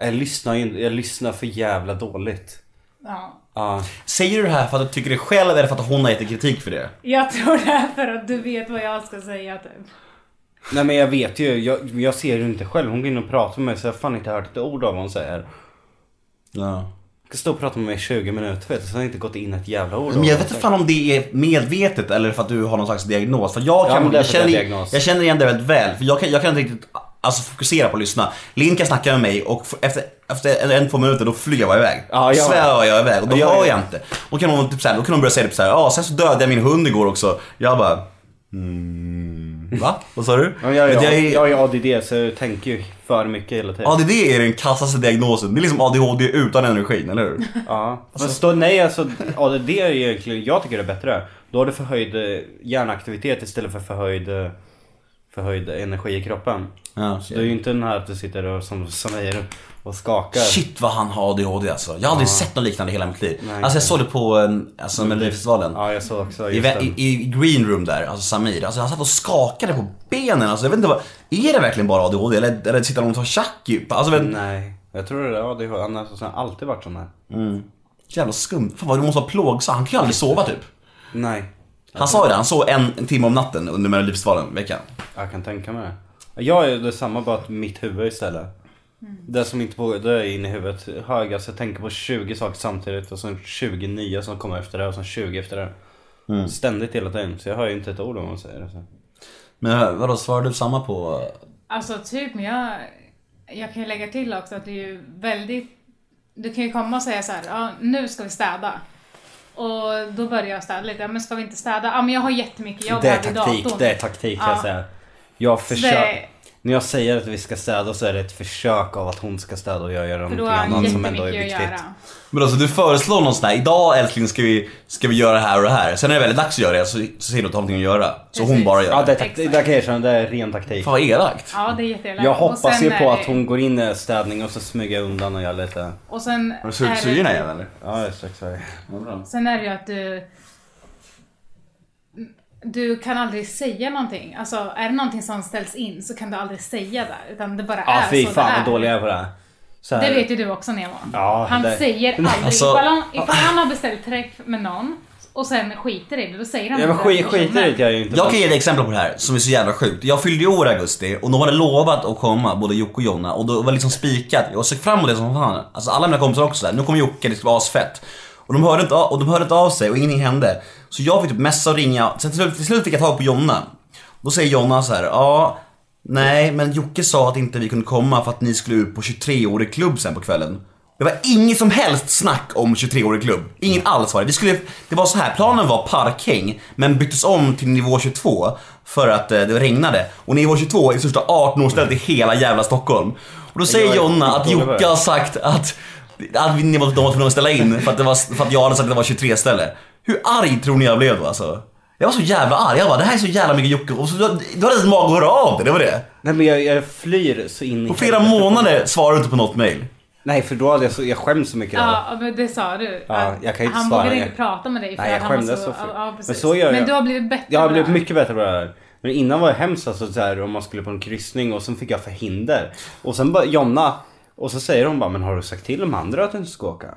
Jag lyssnar, ju- jag lyssnar för jävla dåligt. Ja. Ja, Säger du det här för att du tycker det själv eller för att hon har gett dig kritik för det? Jag tror det är för att du vet vad jag ska säga typ. Nej men jag vet ju, jag, jag ser ju inte själv. Hon går in och pratar med mig så jag har fan inte hört ett ord av vad hon säger. Ja. Hon ska stå och prata med mig i 20 minuter vet du, så har jag inte gått in ett jävla ord av Men jag vad vet hon inte fan om det är medvetet eller för att du har någon slags diagnos. För jag, kan, men det är jag, för att det är känner, diagnos. jag känner igen det väldigt väl. För jag kan, jag kan inte riktigt alltså, fokusera på att lyssna. Lin kan snacka med mig och f- efter, efter en, en, två minuter då flyger jag bara iväg. Ja, jag- Svävar jag iväg och då Ja, hör ja. jag inte. Då kan hon, typ, så här, då kan hon börja säga typ såhär, ja sen så dödade jag min hund igår också. Jag bara, mm, va? Vad sa du? Ja, jag, Vet, jag, jag jag, är- jag är ADD så jag tänker ju för mycket hela tiden. ADD är den kassaste diagnosen. Det är liksom ADHD utan energin, eller hur? Ja. Men stå, nej alltså ADD är ju egentligen, jag tycker det är bättre. Då har du förhöjd eh, hjärnaktivitet istället för förhöjd, eh, förhöjd energi i kroppen. Ja, Så det är ju inte den här att du sitter och som Samir och skakar. Shit vad han har ADHD alltså. Jag har aldrig sett något liknande i hela mitt liv. Nej, alltså jag såg det på en- alltså, Melodifestivalen. Ja jag såg också I, just vä- den. i, I green room där, alltså Samir. Alltså han satt och skakade på benen. Alltså jag vet inte vad, är det verkligen bara ADHD eller, eller sitter någon och tar tjack djup? Alltså vet, Nej. Jag tror det är ADHD, annars har han alltid varit sån här. jävla skumt. Fan vad du måste vara plågsam. Han kan ju aldrig sova typ. Nej. Han sa ju det, han sov en, en timme om natten under Melodifestivalen veckan. Jag kan tänka mig det. Jag är detsamma bara att mitt huvud istället. Det som inte vågar, det är inne i huvudet. Högast, jag tänker på 20 saker samtidigt och sen 20 nya som kommer efter det och sen 20 efter det. Mm. Ständigt hela tiden, så jag hör ju inte ett ord om vad man säger. Alltså. Men eh, vadå, svarar du samma på... Alltså typ, men jag, jag kan ju lägga till också att det är ju väldigt... Du kan ju komma och säga så här, ja nu ska vi städa. Och då börjar jag städa lite, ja men ska vi inte städa? Ja men jag har jättemycket jobb Det är här vid taktik, datorn. det är taktik kan jag Ja. säga. Jag Det är- försöker... När jag säger att vi ska städa så är det ett försök av att hon ska städa och jag gör För någonting då har annat jag som ändå är viktigt. jättemycket att göra. Men alltså du föreslår någon sån här, idag älskling ska vi, ska vi göra det här och det här. Sen när det väl är dags att göra det så, så säger du att du har någonting att göra. Så hon Precis. bara Ja, gör det. det, är tak- det kan jag erkänna, det är ren taktik. Fan vad elakt. Ja, det är jätteelakt. Jag Och hoppas sen ju är på det- att hon går in i städning och så smyger jag undan och gör lite... Och sen Har du är sugit det- typ- sugorna igen Mm. eller? Ja, exakt så. Sen är det ju att du... Du kan aldrig säga någonting. Alltså är det någonting som ställs in så kan du aldrig säga det. Utan det bara Ja, är fy så fan det är. vad dålig jag är på det här. Så här. Det vet ju du också Nemo. Ja, han det- säger aldrig. Alltså- Ifall, han, ifall han har beställt träff med någon och sen skiter i det, då säger han Ja, men inte det skit, till skiter personen. i det gör jag ju inte. Jag kan ge dig exempel på det här som är så jävla sjukt. Jag fyllde ju år i augusti och de hade lovat att komma, både Jocke och Jonna. Och det var liksom spikat. Jag såg fram emot det som fan. Alltså alla mina kompisar också där. nu kommer Jocke, det ska vara asfett. Och de, hörde inte av, och de hörde inte av sig och ingenting hände. Så jag fick typ messa och ringa. Sen till slut, till slut fick jag tag på Jonna. Då säger Jonna så här, ja, nej men Jocke sa att inte vi kunde komma för att ni skulle ut på 23-årig klubb sen på kvällen. Det var inget som helst snack om 23-årig klubb. Inget alls var det. Vi skulle, det var så här, planen var parkhäng men byttes om till nivå 22 för att eh, det regnade. Och nivå 22 är det största 18-årsstället i hela jävla Stockholm. Och då säger är Jonna att skitdålig på Jocke det. har sagt att, att vi- ni var, de var tvungna att ställa in för att, det var, för att jag hade sagt att det var 23 ställe. Hur arg tror ni jag blev då alltså? Jag var så jävla arg. Jag bara, det här är så jävla mycket Jocke. Och så, du, du hade ens mag att höra av dig, det var det. Nej men jag, jag flyr så in i På flera helvete. månader svarade du inte på något mail. Nej för då hade jag så, jag skäms så mycket. då. Ja, men det sa du. Ja, Att jag kan inte han svara. vågade inte Jag- prata med dig för Nej, jag att han var skämdes så... så för- ja, precis. Men så gör jag. Men du har blivit bättre Jag har på det blivit här. mycket bättre på det här. Men innan var det hemskt alltså så här, om man skulle på en kryssning och sen fick jag förhinder. Och sen bara Jonna, och så säger hon bara men har du sagt till de andra att du inte ska åka?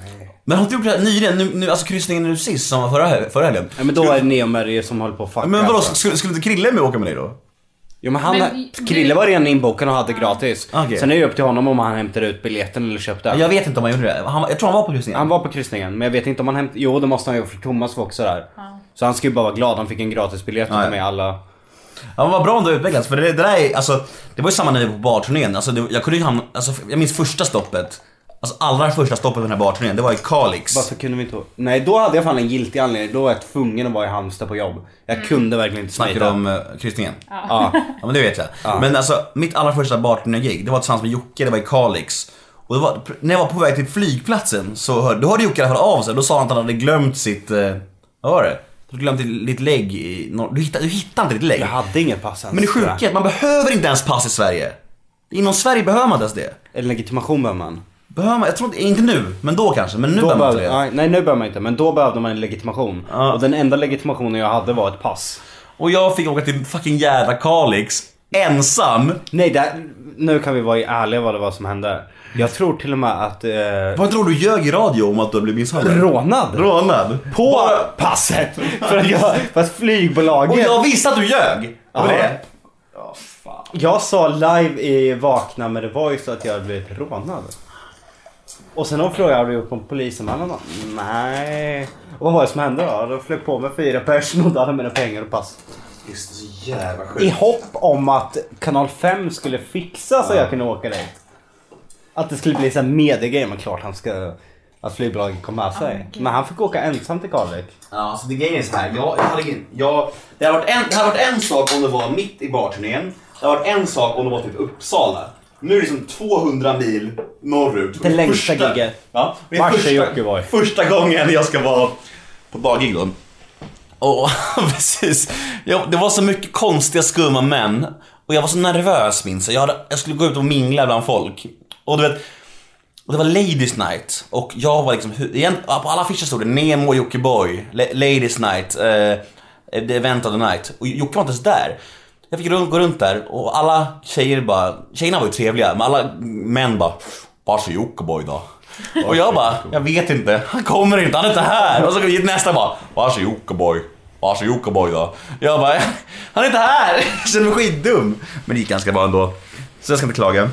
Nej. Men har du inte gjort det här nyligen? Nu, nu, alltså kryssningen nu sist som var förra, hel- förra helgen. Ja, men då är det Neomerier som håller på att fucka. Men vadå, alltså. skulle, skulle inte Krille med åka med dig då? Jo men han, Men- Krille var redan inbokad och hade gratis. Okej. Sen är det upp till honom om han hämtar ut biljetten eller köpte. Jag vet inte om han gjorde det. Han, jag tror han var på kryssningen. Han var på kryssningen men jag vet inte om han hämtade, jo det måste han ha gjort för Thomas var också där. Så han ska ju bara vara glad, han fick en gratisbiljett Ja, ja. utav mig alla. Ja men vad bra om du har utvecklats för det, det där är, alltså Det var ju samma när vi var på barturnén, alltså, det, jag kunde ju hamna, alltså jag minns första stoppet Alltså allra första stoppet på den här barturnén, det var i Kalix Varför kunde vi inte Nej då hade jag fan en giltig anledning, då var jag tvungen att vara i Halmstad på jobb. Jag Mm. kunde verkligen inte Snackar smita. du om eh, kryssningen? Ja. Ja men det vet jag. Men alltså mitt allra första bartender-gig, det var tillsammans med Jocke, det var i Kalix. Och det var, när jag var på väg till flygplatsen så hörde, då hörde Jocke i alla fall av sig. Då sa han att han hade glömt sitt, eh, vad var det? Du glömt ditt ditt lägg i, norr- du hittade, du hittade inte ditt lägg. Jag hade inget pass ens. Men det sjuka är att man behöver inte ens pass i Sverige. Inom Sverige behöver man inte ens det. Eller legitimation behöver man. Behöver man, jag tror inte, inte nu, men då kanske. Men nu Då behöver man inte behövde, det. nej, nej nu behöver man inte, men då behövde man en legitimation. Och den enda legitimationen jag hade var ett pass. Och jag fick åka till fucking jävla Kalix, ensam. Nej där, nu kan vi vara ärliga vad det var som hände. Jag tror till och med att... Eh, Vad tror du ljög i radio om att du blev misshandlad? rånad! Rånad? på Bara- passet! För att, jag, för att Och flygbolaget... jag visste att du ljög! Det var Ja. det. Jag sa live i Vakna med The Voice att jag hade blivit rånad. Och sen hon frågade om jag gjort någon polisanmälan. Och Nej. Och vad var det som hände då? De flög på med fyra personer och då hade mina pengar och pass. I hopp om att kanal 5 skulle fixa så jag kunde åka dit. Att det skulle bli så här mediegrej. Men klart han ska... Att flygbolaget kom med sig. Men han fick åka ensam till Kalix. Ja, alltså det grejen är så här. Jag, jag hade ingen, jag, det, hade varit en, det hade varit en sak om det var mitt i barturnén. Det hade varit en sak om det var typ Uppsala. Nu är det liksom 200 mil norrut. Det längsta Första- gigget. Ja, det är Vars är första, Jokkiboi? första gången jag ska vara på daggig då. Och precis. Ja, det var så mycket konstiga skumma män. Och jag var så nervös minns jag. Jag, hade, jag skulle gå ut och mingla bland folk. Och du vet, och det var Ladies Night och jag var liksom, hu- igen, på alla affischer stod det Nemo och Jockiboi, La- Ladies Night, eh, The Event of the Night. Och Jocke var inte ens där. Jag fick runt, gå runt där och alla tjejer bara, tjejerna var ju trevliga men alla män bara, var så Jockiboi då? Och jag bara, jag vet inte, han kommer inte, han är inte här. Och så gick nästa bara, var så Jockiboi? Var så Jockiboi då? Jag bara, han är inte här! Jag kände mig skitdum. Men det gick ganska bra ändå. Så jag ska inte klaga.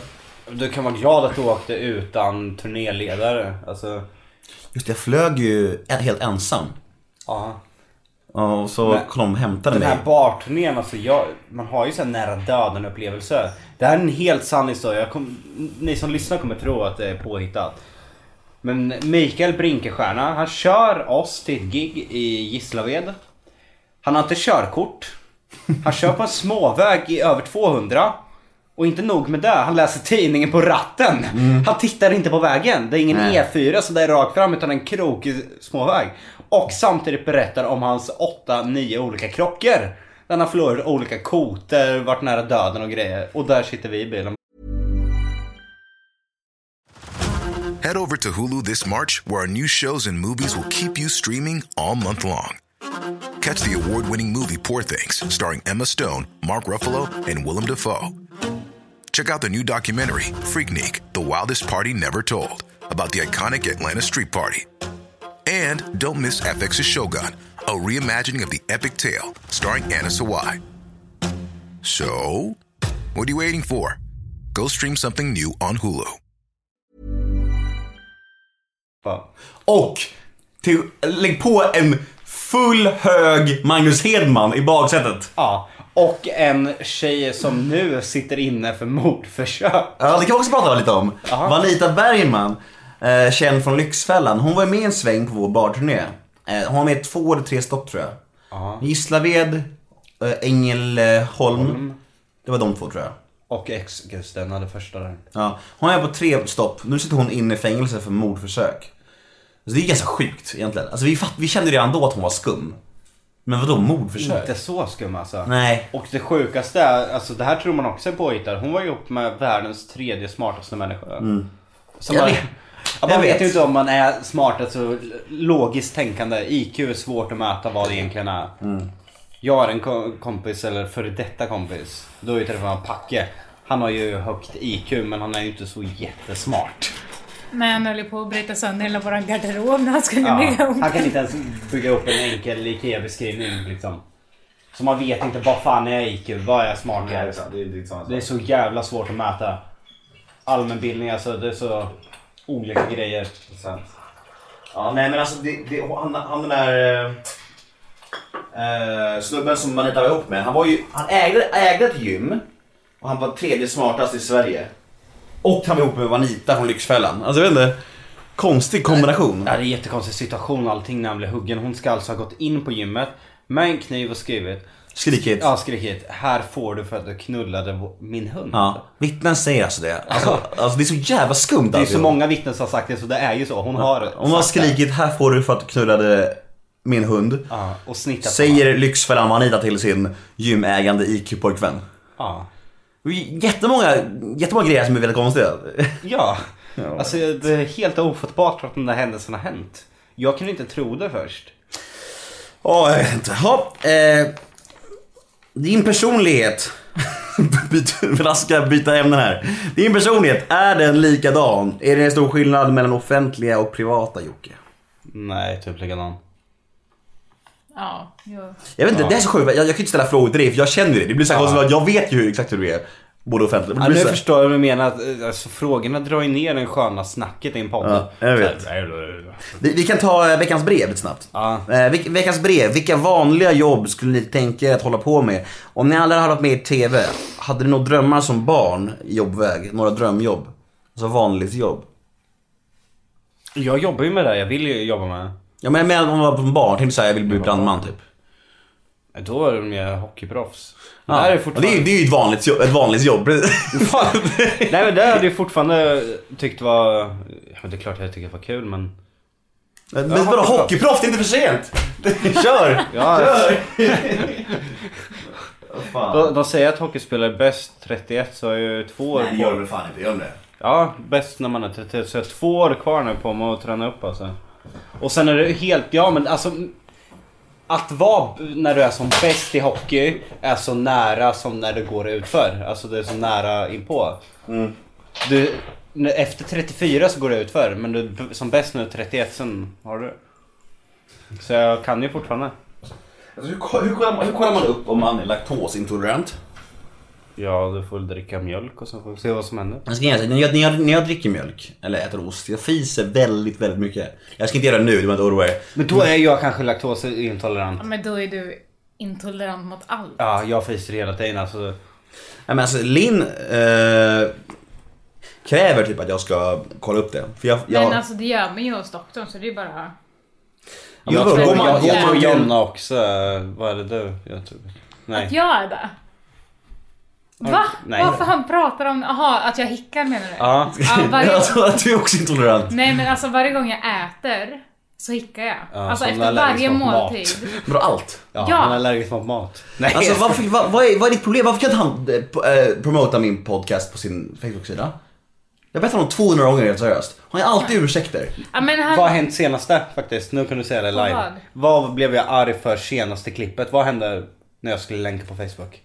Du kan vara glad att du åkte utan turnéledare. Alltså, Just det, jag flög ju helt ensam. ja. Ja, och så Men- kom de och hämtade Den mig. här barturnén, alltså jag, man har ju sån nära döden upplevelse. Det här är en helt sann historia. Jag kom, ni som lyssnar kommer tro att det är påhittat. Men Mikael Brinkestjärna, han kör oss till ett gig i Gislaved. Han har inte körkort. Han kör på en småväg i över 200. Och inte nog med det, han läser tidningen på ratten. Han tittar inte på vägen. Det är ingen E Nej. E4 så det är rakt fram utan en krokig småväg. Och samtidigt berättar om hans 8-9 olika krockar. Där han förlorat olika koter, varit nära döden och grejer. Och där sitter vi i bilen. Head over to Hulu this March, where our new shows and movies will keep you streaming all month long. Catch the award winning movie Poor Things, starring Emma Stone, Mark Ruffalo, and Willem Dafoe. Check out the new documentary, Freaknik The Wildest Party Never Told, about the iconic Atlanta Street Party. And don't miss FX's Shogun, a reimagining of the epic tale, starring Anna Sawai. So, what are you waiting for? Go stream something new on Hulu. Bara, Och till, lägg på en full hög Magnus Hedman i baksätet. Ja. Och en tjej som nu sitter inne för mordförsök. Ja, det kan vi också prata lite om. Vanita Bergman, eh, känd från Lyxfällan. Hon var ju med i en sväng på vår barturné. Eh, hon var med i två eller tre stopp tror jag. Gislaved, eh, Ängelholm. Det var de två tror jag. Och ex-Gusten hade första där. Ja, hon är på tre stopp. Nu sitter hon inne i fängelse för mordförsök. Alltså, det är ganska sjukt egentligen. Alltså, vi, fatt, vi kände redan då att hon var skum. Men vadå mordförsök? Inte så skum alltså. Nej. Och det sjukaste är, alltså det här tror man också är påhittat. Hon var ju ihop med världens tredje smartaste människa. Som Jag var, vet. Ja, Jag man vet vet. ju inte om man är smartast och logiskt tänkande. IQ är svårt att mäta vad det egentligen är. Jag har en ko- kompis, eller före detta kompis. Då har jag träffat honom, Packe. Han har ju högt IQ men han är ju inte så jättesmart. Nej, han höll ju på att bryta sönder hela våran garderob när han skulle Ja, ner. han kan inte ens bygga upp en enkel IKEA-beskrivning liksom. Så man vet inte vad fan är IQ, vad är smart Nej, är. det är- det är inte samma sak. Det är så jävla svårt att mäta. Allmänbildning alltså, det är så olika grejer. Sant. Ja, nej men alltså det, det, han, han den där eh, eh, snubben som Manita var ihop med. Han, var ju, han ägde, ägde ett gym och han var tredje smartast i Sverige. Och han var ihop med Vanita från Lyxfällan. Alltså jag vet inte. Konstig kombination. Det här är en jättekonstig situation allting när han blev huggen. Hon ska alltså ha gått in på gymmet med en kniv och skrivit Skrikigt. Ja, skrikit. Här får du för att du knullade vå- min hund. Ja, vittnen säger alltså det. Alltså, alltså det är så jävla skumt Det är så många vittnen som har sagt det så det är ju så. Hon har Om man har sagt det. skrikit här får du för att du knullade min hund. Ja, och snittat på honom. Säger Lyxfällan Vanita till sin gymägande IQ-pojkvän. Ja. Det är Jättemånga, jättemånga grejer som är väldigt konstiga. Ja. Alltså det är helt ofattbart att den där händelsen har hänt. Jag kunde inte tro det först. Ja, jag vet inte. Ja, eh, din personlighet. Byt- Jag ska byta ämnen här. Din personlighet, är den likadan? Är det en stor skillnad mellan offentliga och privata Jocke? Nej, typ likadan. Ja, jo. Jag vet inte, det är så sjukt. Jag, jag kan inte ställa frågor till dig för jag känner dig. Det blir så här konstigt för att jag vet ju hur- exakt hur du är. Både offentligt. Ja, det nu blir så här- förstår jag vad du menar. Att, eh, alltså, frågorna drar ju ner den sköna snacket i en podd. Ja, jag vet. Så här, Vi, vi kan ta eh, veckans brev lite snabbt. Ja. Eh, veck- veckans brev. Vilka vanliga jobb skulle ni tänka er att hålla på med? Om ni aldrig hade varit med i TV, hade ni några drömmar som barn i jobbväg? Några drömjobb? Alltså vanligt jobb. Jag jobbar ju med det här. Jag vill ju jobba med Ja men, men om man var som barn, tänkte såhär, jag vill bli brandman typ. det. Då var det mer hockeyproffs. Ja. Det här är Och det, är, fortfarande... ju- det är ju ett vanligt jobb. Ett vanligt jobb. Nej men det hade jag fortfarande tyckt var... Ja, men det är klart jag tycker det var kul men... men vadå hockeyproffs? Det är inte för sent! Kör! Ja, Kör! de, de säger att hockeyspelare är bäst 31 så har jag ju två år Nej, på gör det fan inte. Gör det. Ja, bäst när man är 31. Så jag har två år kvar nu på mig att träna upp alltså. Och sen är det helt, ja men alltså. Att vara b- när du är som bäst i hockey är så nära som när det går utför. Alltså det är så nära inpå. Mm. Du, när- efter 34 så går det utför men du är b- som bäst nu 31 sen har du. Så jag kan ju fortfarande. Alltså, hur, ko- hur, kollar man, hur kollar man upp om man är laktosintolerant? Ja, du får dricka mjölk och sen får vi se vad som händer. Jag ska säga, när, jag, när, jag, när jag dricker mjölk, eller äter ost, jag fiser väldigt, väldigt mycket. Jag ska inte göra det nu, du behöver inte oroa er. Men då är jag kanske laktosintolerant. Ja, men då är du intolerant mot allt. Ja, jag fiser hela tiden alltså. Nej men alltså Linn eh, kräver typ att jag ska kolla upp det. För jag, jag, Men alltså det gör man ju hos doktorn så det är bara... Jo, Jag då, tror, går man- jag, går jag tror man till- eh, Jonna också. Vad är det du? Jag tror. Nej. Att jag är det? Va? Nej. Varför han pratar om... Jaha, att jag hickar menar du? Ja. Ja, varje... Jag tror att du är också intolerant. Nej men alltså varje gång jag äter så hickar jag. Ja, alltså som efter allergisk varje mot mat. måltid. Vadå allt? Ja, Ja. han är allergisk mot mat. Nej. Alltså varför, vad, vad, är, vad är ditt problem? Varför kan inte han eh, p- eh, promota min podcast på sin Facebook-sida? Jag har bett honom 200 gånger helt seriöst. Han har alltid ursäkter. Ja, men han... Vad har hänt senaste faktiskt? Nu kan du säga det Vad live. vad? Vad blev jag arg för senaste klippet? Vad hände när jag skulle länka på Facebook?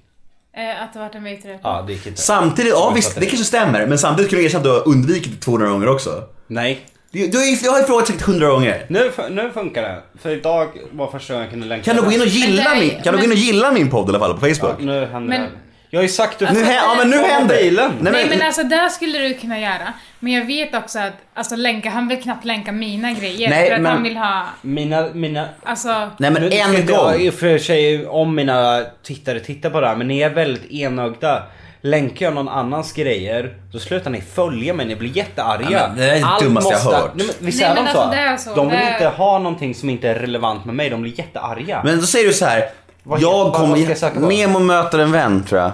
Eh, att det varit en vit Ja, repa. det gick inte. Samtidigt, ja visst, det kanske stämmer. Men samtidigt kan du erkänna att du har undvikit det 200 gånger också. Nej. Du, du, har ju- jag har ju frågat säkert 100 gånger. Nu, fu- nu funkar det. För idag var första gången jag kunde länka. Kan du gå in och gilla Men det är- min, kan du gå in och gilla min podd i alla fall på Facebook? Nu händer Men- det. Jag har ju sagt Alltså, Nu, hä- ja, men nu händer Mobilen. Nej, Nej men, men alltså det skulle du kunna göra. Men jag vet också att alltså, länka, han vill knappt länka mina grejer. Nej, för att men- han vill ha... Mina, mina... Alltså... nej, men nu ska en inte Jag, i gång. och för sig om mina tittare tittar på det här men ni är väldigt enögda. Länkar jag någon annans grejer då slutar ni följa mig, ni blir jättearga. Ja, men det där är det dummaste jag hört. Nej, men, visst Nej, är men de alltså, så? det är så. De vill Det är- inte ha någonting som inte är relevant med mig, de blir jättearga. Men då säger du så här. Vad- jag vad- vad ska jag söka kommer, på? Nemo möter en vän tror jag.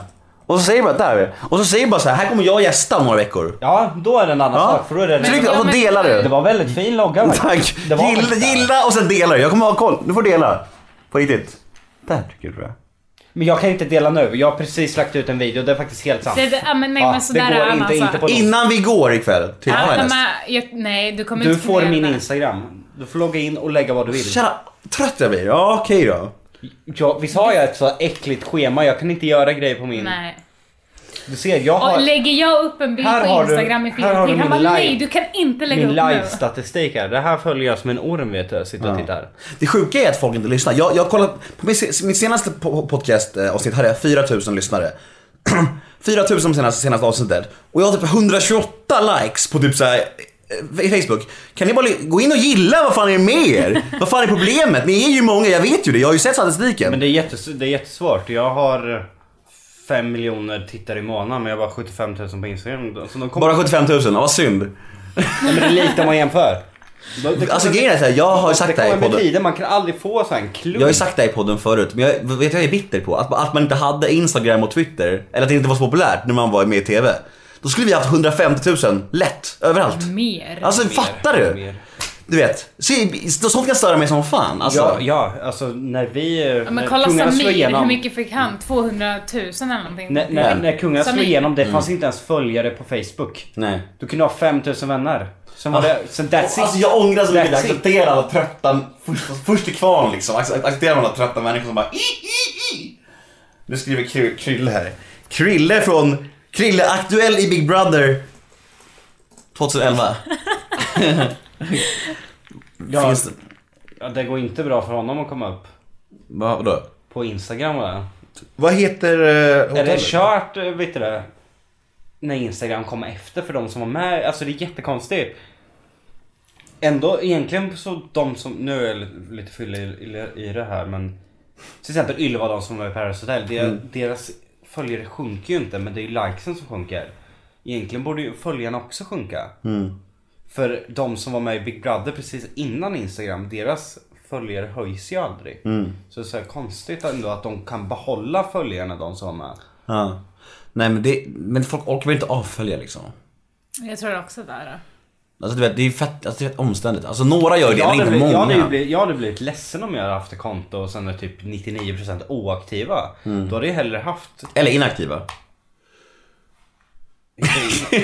Och så säger du bara, där är vi. Och så säger du bara så här, här kommer jag gästa om några veckor. Ja, då är det en annan sak för då är det Tryck Ja, och men- dela Det du. var väldigt fin logga faktiskt. Tack. Det var Gilla, äkta. gilla och sen dela du. Jag kommer ha koll. Du får dela. På riktigt. Där tycker du tror jag. Men jag kan inte dela nu, jag har precis lagt ut en video, det är faktiskt helt sant. Det, det, ja, men nej Ja, men sådär det är går han inte, alltså. inte på något Innan vi går ikväll till Ja, Finest. men jag, nej du kommer Du inte får kunna min göra det. Instagram. Du får logga in och lägga vad du vill. Så jävla trött jag blir. Ja, okej då. Jag, visst har jag ett så äckligt schema? Jag kan inte göra grejer på min... Nej. Du ser, jag Och har lägger jag upp en bild Här på har du- Instagram i här fel har du tid. Han min bara live- nej du kan inte lägga min upp nu. Alltså, live-statistik här. Det här följer jag som en orm vet du. Jag sitter och tittar. Det sjuka är att folk inte lyssnar. Jag, jag kollar, på min, se- mitt senaste po- eh, podcastavsnitt hade jag 4000 lyssnare. 4000 på senaste, senaste avsnittet. Och jag har typ 128 likes på typ såhär i Facebook. Kan ni bara li- gå in och gilla vad fan är det med er? vad fan är problemet? Ni är ju många, jag vet ju det. Jag har ju sett statistiken. Men det är, jättes- det är jättesvårt. Jag har 5 miljoner tittare i månaden men jag har bara 75 000 på Instagram. Så de kommer... Bara 75 000, ja, vad synd. Nej, men det är lite om man jämför. Det- det Alltså kommer- grejen är såhär, jag har ju sagt det här i Det kommer med podden. tiden, man kan aldrig få så här en klump. Jag har ju sagt det här i podden förut, men jag, vet du vad jag är bitter på? Att, att man inte hade Instagram och Twitter, eller att det inte var så populärt när man var med i TV. Då skulle vi haft 150 000, lätt, överallt. Mer. Alltså fattar du? mer. Du vet, se, sånt kan störa mig som fan. Alltså. Ja, ja, alltså när vi... Ja, när men kolla kungarna slår Samir, igenom- hur mycket fick han? 200 000 eller någonting? När, när, när kungarna slog Samir. igenom, det Mm. fanns inte ens följare på Facebook. Nej. Du kunde ha 5000 vänner. Sen var det, sen that's Alltså it. jag ångrar så mycket att That's jag accepterar alla trötta, först, först till kvarn liksom. Ac- Accepterar alla trötta människor som bara i, i, i. Nu skriver Kry- Krille här. Krille från, Krille aktuell i Big Brother 2011. Ja, Finns det? ja, det går inte bra för honom att komma upp. Va- Vadå? På Instagram va? Vad heter eh, Är det hotellet? kört, eh, vet du det? När Instagram kom efter för de som var med. Alltså det är jättekonstigt. Ändå egentligen så de som, nu är jag li- lite fyllig i, i, i det här men. Till exempel Ylva de som var i Paradise Hotel. Det, Deras följare sjunker ju inte men det är ju likesen som sjunker. Egentligen borde ju följarna också sjunka. För de som var med i Big Brother precis innan Instagram, deras följare höjs ju aldrig. Så det är så här konstigt ändå att de kan behålla följarna de som var med. Ja. Nej men, det, men folk orkar väl inte avfölja liksom. Jag tror också det. Är. Alltså du vet, det är fett, alltså, det är fett omständigt. Alltså några gör det, Jag men hade, inte blivit, jag, hade ju många. blivit, jag hade blivit ledsen om jag hade haft ett konto och sen är typ 99% oaktiva. Mm. Då hade jag hellre haft Eller inaktiva.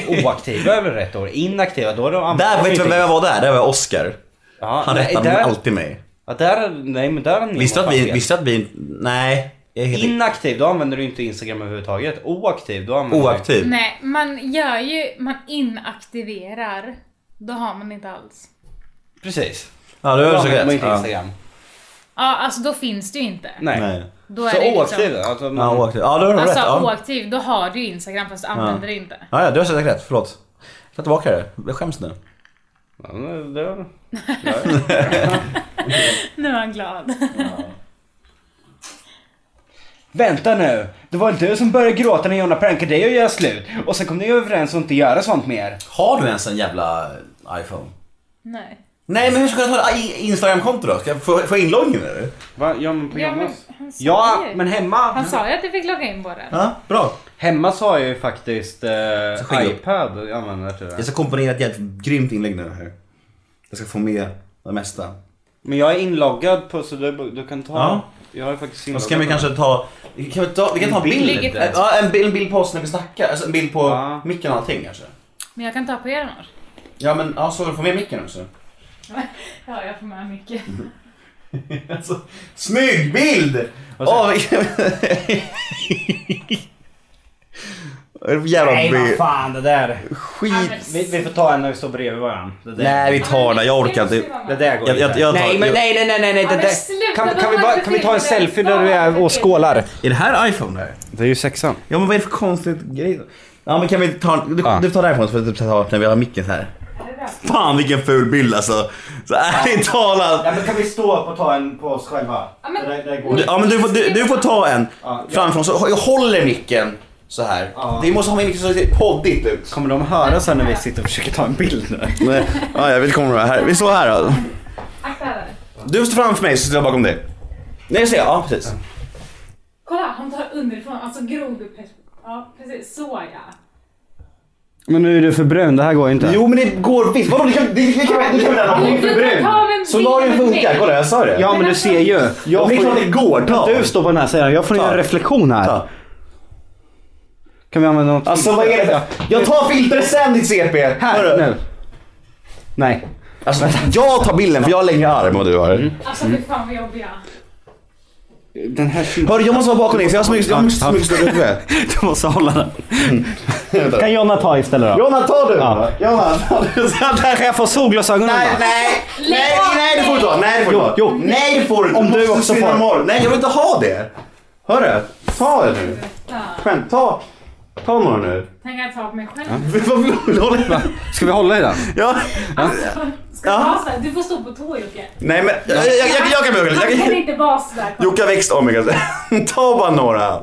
oaktiva över rätt år, inaktiva. Då är de Där, vet du vem jag var där? Där var Oscar. Ja, Han nej, rättade där- alltid mig. Ja, där, nej men där har ni Visste att fan vi, fel. visste att vi, nej. Jag är helt Inaktiv, då använder du inte Instagram överhuvudtaget. Oaktiv, då använder du... oaktiv. Nej, man gör ju, man inaktiverar. Då har man inte alls. Precis. Ja, du Då har så använder rätt. man inte Ja. Instagram. Ja, alltså då finns det ju inte. Nej. Nej. Då är Så det liksom- oaktiv, alltså man... Ja, oaktiv. Ja, du har rätt. Alltså Ja. oaktiv, då har du ju Instagram fast du använder det inte. Ja, ja, du har säkert rätt. Förlåt. Jag tar tillbaka det. Jag skäms nu. Ja, men det- Nu är han glad. Vänta nu, det var du som började gråta när Jonna prankade dig och göra slut. Och sen kom ni överens om att inte göra sånt mer. eh, Har du ens en jävla iPhone? Nej. Nej men hur ska jag ta ett Instagramkonto då? Ska jag få, få inloggning eller? Va? Ja men på Ja, men Jonas. han sa Ja ju- men hemma. Han sa ju att du fick logga in på den. Ja, bra. Hemma så har jag ju faktiskt eh, skicka upp. iPad och jag använder till Jag det. ska komponera ett jävligt grymt inlägg nu här. Jag ska få med det mesta. Men jag är inloggad på så du, du kan ta. Ja. Jag har faktiskt Och inloggad. så kan vi på kanske ta, kan vi, ta, vi kan ta en bild. bild. Ja, en bild, en bild på oss när vi snackar. Alltså en bild på Ja. micken och allting kanske. Men jag kan ta på er annars. Ja men ja, så får med micken också. Ja, jag får med mycket. Alltså, snygg bild! Åh, vilken- Vad är det för jävla Nej vad be- fan det där. skit? Vi, vi får ta en när vi står bredvid varandra. Det där. Nej vi tar den, jag orkar inte. Det där går Jag- jag- inte. jag tar- nej men jag- nej nej nej nej. nej Ja, det men där. sluta, Kan, vad kan, vi var bara, det kan vi ta en för fel? selfie där du är och skålar? Är det här iPhone där? Det är ju sexan. Ja men vad är det för konstigt grej då? Ja men kan vi ta, du, Ja. du tar därifrån så får vi ta när vi har micken så här. Fan vilken ful bild alltså. Så ärligt talat. Ja, men kan vi stå upp och ta en på oss själva? Ja, men- det, där- det går Du, ja men du får, du, du får ta en Ja, ja. framifrån så jag håller micken så här. Ja. Vi måste ha med micken så det ser poddigt ut. Kommer de höra sen när vi sitter och försöker ta en bild nu? Nej, ja, jag vet kommer här. Vi står här då. Akta där. Du står framför mig så sitter jag bakom dig. Nej jag ser, ja precis. Kolla, han tar underifrån. Alltså grodperspektiv. Ja, precis. Så ja. Men nu är du för brun, det här går inte. Jo men det går visst. Vadå? Du kan du kan- du kan du kan vända på mig. Du kan ta vem Solarium du vill med. funkar, kolla jag sa det. Ja men du ser ju. Jag det är klart det går, ta. Du står på den här sidan, jag får göra en reflektion här. Ta. Kan vi använda något? Alltså vad är det för... Jag tar filtret sen ditt CP! Här, nu. Nej. Alltså, jag tar bilden för jag har längre arm och du har... Mm. Alltså fy fan vad jobbiga. Den här sidan. Hörru jag måste vara bakom dig för jag har så mycket- jag har Ja, så mycket större huvud. Du måste hålla den. Kan Jonna ta istället då? Mm. Jonna tar du! Jonna tar du! Där kan jag få solglasögonen Nej, då? nej, nej, nej det får du ta, nej det får du ta. Jo, jo. Nej det får du inte. Om du måste också syna får. morgon. Nej jag vill inte ha det. Hörru, ta det nu. Skämt, ta. Ta några nu. Tänk att jag tar på mig själv. Vad vill du hålla Ska vi hålla i den? Ja. Ska du vara sådär? Du får stå på tå Jocke. Nej men jag, jag, jag, jag kan börja. Han Jag kan kan... inte vara sådär. Kom. Jocke har växt om mig. Ta bara några.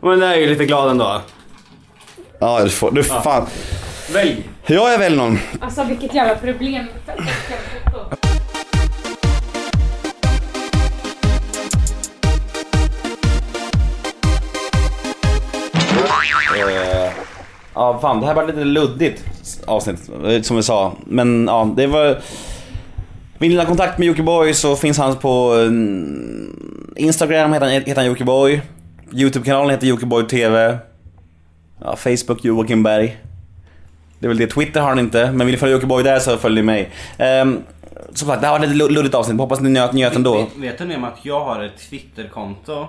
Men den är ju lite glad ändå. Ja du får, du fan. Välj. Ja jag väljer någon. Alltså vilket jävla problem. Fett jävla foto. Ja, fan det här var lite luddigt avsnitt eh, som vi sa. Men ja, det var... Vill ni ha kontakt med Jockiboi så finns han på eh, Instagram heter han, heter han Jockiboi. Youtube-kanalen heter Jockiboi TV. Ja, Facebook Joakim Berg. Det är väl det. Twitter har han inte, men vill ni följa Jockiboi där så följ mig. Um, som sagt, det här var ett lite luddigt avsnitt. Hoppas ni njöt, njöt ändå. Vet, vet du nu att jag har ett Twitterkonto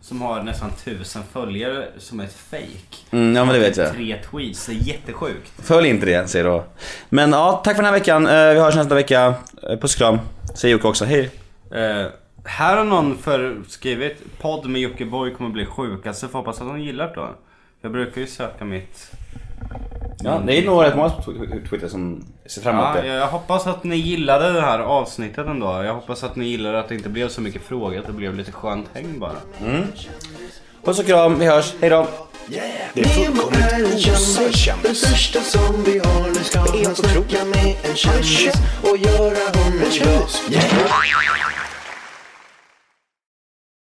som har nästan tusen följare som är ett fake. Mm, ja, men det vet jag. Tre tweets, det är jättesjukt. Följ inte det, säger då. Men ja, tack för den här veckan. Eh, vi hörs nästa vecka. Uh, puss och kram. Säger Jocke också. Hej. Eh, här har någon för skrivit podd med Jockiboi kommer bli sjukaste, får hoppas att de gillar det då. Jag brukar ju söka mitt... Ja, det är nog rätt många på Twitter som ser fram Ah, emot Ja, det. jag, jag hoppas att ni gillade det här avsnittet ändå. Jag hoppas att ni gillade att det inte blev så mycket frågor, att det blev lite skönt häng bara. Puss och kram, vi hörs. Hej då. Nemo är en kändis, den största som vi har. Nu ska han snacka med en kändis och göra honom glad.